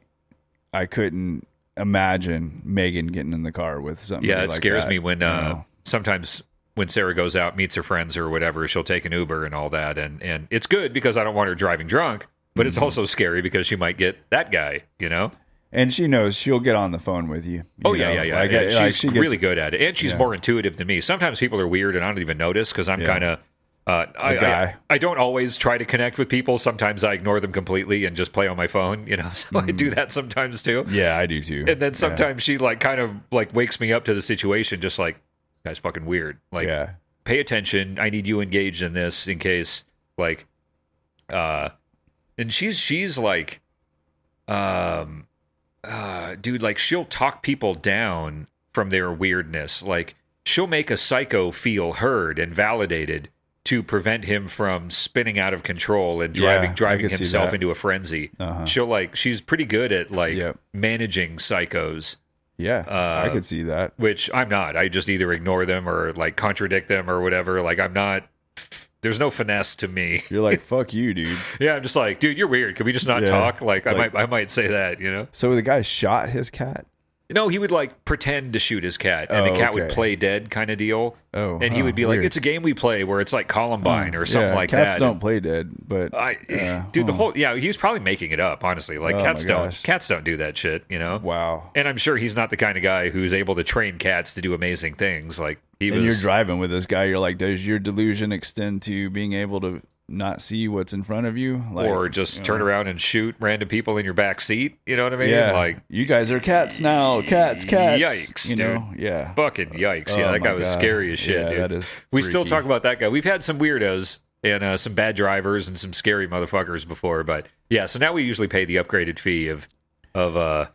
Speaker 2: i couldn't imagine megan getting in the car with something
Speaker 1: yeah, it
Speaker 2: like
Speaker 1: scares
Speaker 2: that,
Speaker 1: me when
Speaker 2: you
Speaker 1: uh,
Speaker 2: know?
Speaker 1: sometimes when Sarah goes out, meets her friends or whatever, she'll take an Uber and all that, and and it's good because I don't want her driving drunk, but
Speaker 2: Mm-hmm.
Speaker 1: it's also scary because she might get that guy, you know.
Speaker 2: and she knows she'll get on the phone with you, you
Speaker 1: Oh yeah,
Speaker 2: know?
Speaker 1: yeah, yeah.
Speaker 2: Like,
Speaker 1: yeah.
Speaker 2: like,
Speaker 1: She's
Speaker 2: she gets-
Speaker 1: really good at it, and she's
Speaker 2: Yeah.
Speaker 1: more intuitive than me. Sometimes people are weird, and I don't even notice because I'm
Speaker 2: Yeah.
Speaker 1: kind of. Uh, I, I
Speaker 2: guy.
Speaker 1: I don't always try to connect with people. Sometimes I ignore them completely and just play on my phone, you know. So I do that sometimes too.
Speaker 2: Mm. yeah i do too
Speaker 1: And then sometimes she like kind of like wakes me up to the situation, just like "This guy's fucking weird. Like
Speaker 2: yeah
Speaker 1: pay attention. I need you engaged in this in case like uh and she's she's like um uh dude like she'll talk people down from their weirdness. Like she'll make a psycho feel heard and validated to prevent him from spinning out of control and
Speaker 2: Yeah,
Speaker 1: driving
Speaker 2: I
Speaker 1: driving
Speaker 2: can see
Speaker 1: himself
Speaker 2: that.
Speaker 1: into a frenzy.
Speaker 2: Uh-huh.
Speaker 1: She'll like she's pretty good at like
Speaker 2: Yep.
Speaker 1: managing psychos
Speaker 2: yeah i
Speaker 1: uh,
Speaker 2: could see that
Speaker 1: which I'm not. I just either ignore them or like contradict them or whatever. Like I'm not. There's no finesse to me.
Speaker 2: you're like fuck you dude
Speaker 1: Yeah, I'm just like, dude, you're weird. Can we just not
Speaker 2: Yeah.
Speaker 1: talk? Like, I
Speaker 2: Like-
Speaker 1: might, I might say that. You know,
Speaker 2: so the guy shot his cat
Speaker 1: No, he would like pretend to shoot his cat, and
Speaker 2: Oh,
Speaker 1: the cat would
Speaker 2: okay.
Speaker 1: play dead kind of deal.
Speaker 2: Oh,
Speaker 1: and he
Speaker 2: huh,
Speaker 1: would be
Speaker 2: weird. Hmm.
Speaker 1: like, "It's a game we play where it's like Columbine or something
Speaker 2: yeah,
Speaker 1: like
Speaker 2: cats
Speaker 1: that."
Speaker 2: don't play dead, but
Speaker 1: I,
Speaker 2: yeah,
Speaker 1: dude, the
Speaker 2: huh.
Speaker 1: whole yeah, he was probably making it up. Honestly, like
Speaker 2: Oh,
Speaker 1: cats
Speaker 2: my
Speaker 1: don't
Speaker 2: gosh.
Speaker 1: cats don't do that shit, you know.
Speaker 2: wow.
Speaker 1: And I'm sure he's not the kind of guy who's able to train cats to do amazing things. Like he
Speaker 2: and you're
Speaker 1: was.
Speaker 2: driving with this guy, you're like, does your delusion extend to being able to not see what's in front of you? Like,
Speaker 1: or just turn around and shoot random people in your back seat. You know what I mean?
Speaker 2: yeah,
Speaker 1: Like
Speaker 2: you guys are cats now, cats, cats.
Speaker 1: Yikes,
Speaker 2: you know, yeah.
Speaker 1: fucking yikes! Yeah,
Speaker 2: Oh
Speaker 1: that
Speaker 2: my
Speaker 1: guy was
Speaker 2: God.
Speaker 1: scary as shit.
Speaker 2: Yeah,
Speaker 1: dude.
Speaker 2: that is.
Speaker 1: we still
Speaker 2: freaky.
Speaker 1: talk about that guy. We've had some weirdos and uh, some bad drivers and some scary motherfuckers before, but yeah. So now we usually pay the upgraded fee of of uh,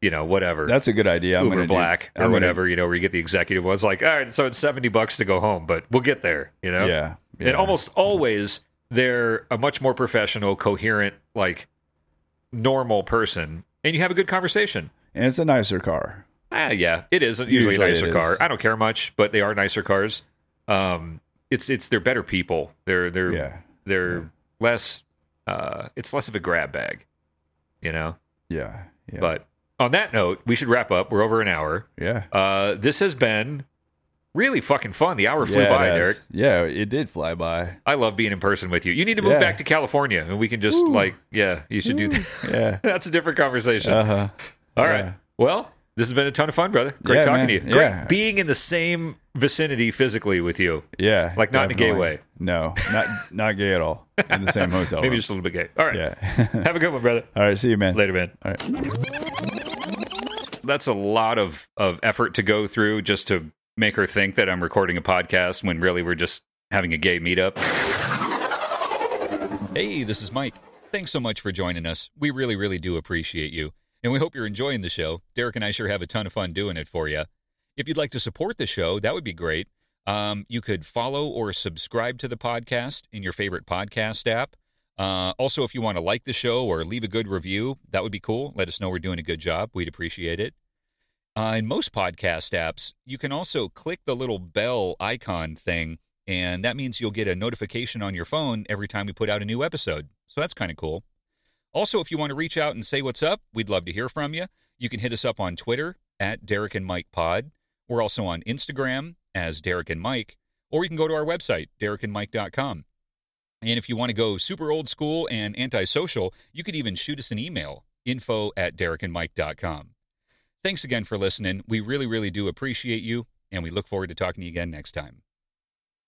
Speaker 1: you know, whatever.
Speaker 2: That's a good idea. I'm
Speaker 1: Uber
Speaker 2: gonna do-
Speaker 1: Black or
Speaker 2: I'm gonna-
Speaker 1: whatever, you know, where you get the executive ones. Like, all right, so it's seventy bucks to go home, but we'll get there. You know,
Speaker 2: Yeah, yeah.
Speaker 1: and almost always they're a much more professional, coherent, like normal person, and you have a good conversation.
Speaker 2: And it's a nicer car.
Speaker 1: Ah, yeah, it is usually, a
Speaker 2: Usually it
Speaker 1: nicer
Speaker 2: is.
Speaker 1: car. I don't care much, but they are nicer cars. Um, it's it's they're better people. They're they're
Speaker 2: Yeah,
Speaker 1: they're less. Uh, it's less of a grab bag, you know.
Speaker 2: yeah, yeah,
Speaker 1: But on that note, we should wrap up. We're over an hour.
Speaker 2: yeah.
Speaker 1: Uh, this has been really fucking fun. The hour flew
Speaker 2: yeah, it
Speaker 1: by,
Speaker 2: has.
Speaker 1: Derek.
Speaker 2: Yeah, it did fly by.
Speaker 1: I love being in person with you. You need to move
Speaker 2: Yeah.
Speaker 1: back to California, and we can just like, yeah, you should do that.
Speaker 2: Yeah.
Speaker 1: That's a different conversation.
Speaker 2: Uh huh.
Speaker 1: All right.
Speaker 2: yeah.
Speaker 1: Well, this has been a ton of fun, brother. Great
Speaker 2: Yeah,
Speaker 1: talking
Speaker 2: man.
Speaker 1: to you. Great
Speaker 2: Yeah.
Speaker 1: being in the same vicinity physically with you.
Speaker 2: Yeah.
Speaker 1: Like, not in a gay way.
Speaker 2: No, not not gay at all. In the same hotel.
Speaker 1: Maybe
Speaker 2: room.
Speaker 1: just a little bit gay. All right.
Speaker 2: Yeah.
Speaker 1: Have a good one, brother.
Speaker 2: all right. See you, man.
Speaker 1: Later, man.
Speaker 2: All right.
Speaker 1: That's a lot of of effort to go through just to make her think that I'm recording a podcast when really we're just having a gay meetup. Hey, this is Mike. Thanks so much for joining us. We really, really do appreciate you. And we hope you're enjoying the show. Derek and I sure have a ton of fun doing it for you. If you'd like to support the show, that would be great. Um, you could follow or subscribe to the podcast in your favorite podcast app. Uh, also, if you want to like the show or leave a good review, that would be cool. Let us know we're doing a good job. We'd appreciate it. Uh, in most podcast apps, you can also click the little bell icon thing, and that means you'll get a notification on your phone every time we put out a new episode. So that's kind of cool. Also, if you want to reach out and say what's up, we'd love to hear from you. You can hit us up on Twitter at Derek and Mike Pod. We're also on Instagram as Derek and Mike, or you can go to our website, derekandmike.com. And if you want to go super old school and antisocial, you could even shoot us an email info at derekandmike.com. Thanks again for listening. We really, really do appreciate you, and we look forward to talking to you again next time.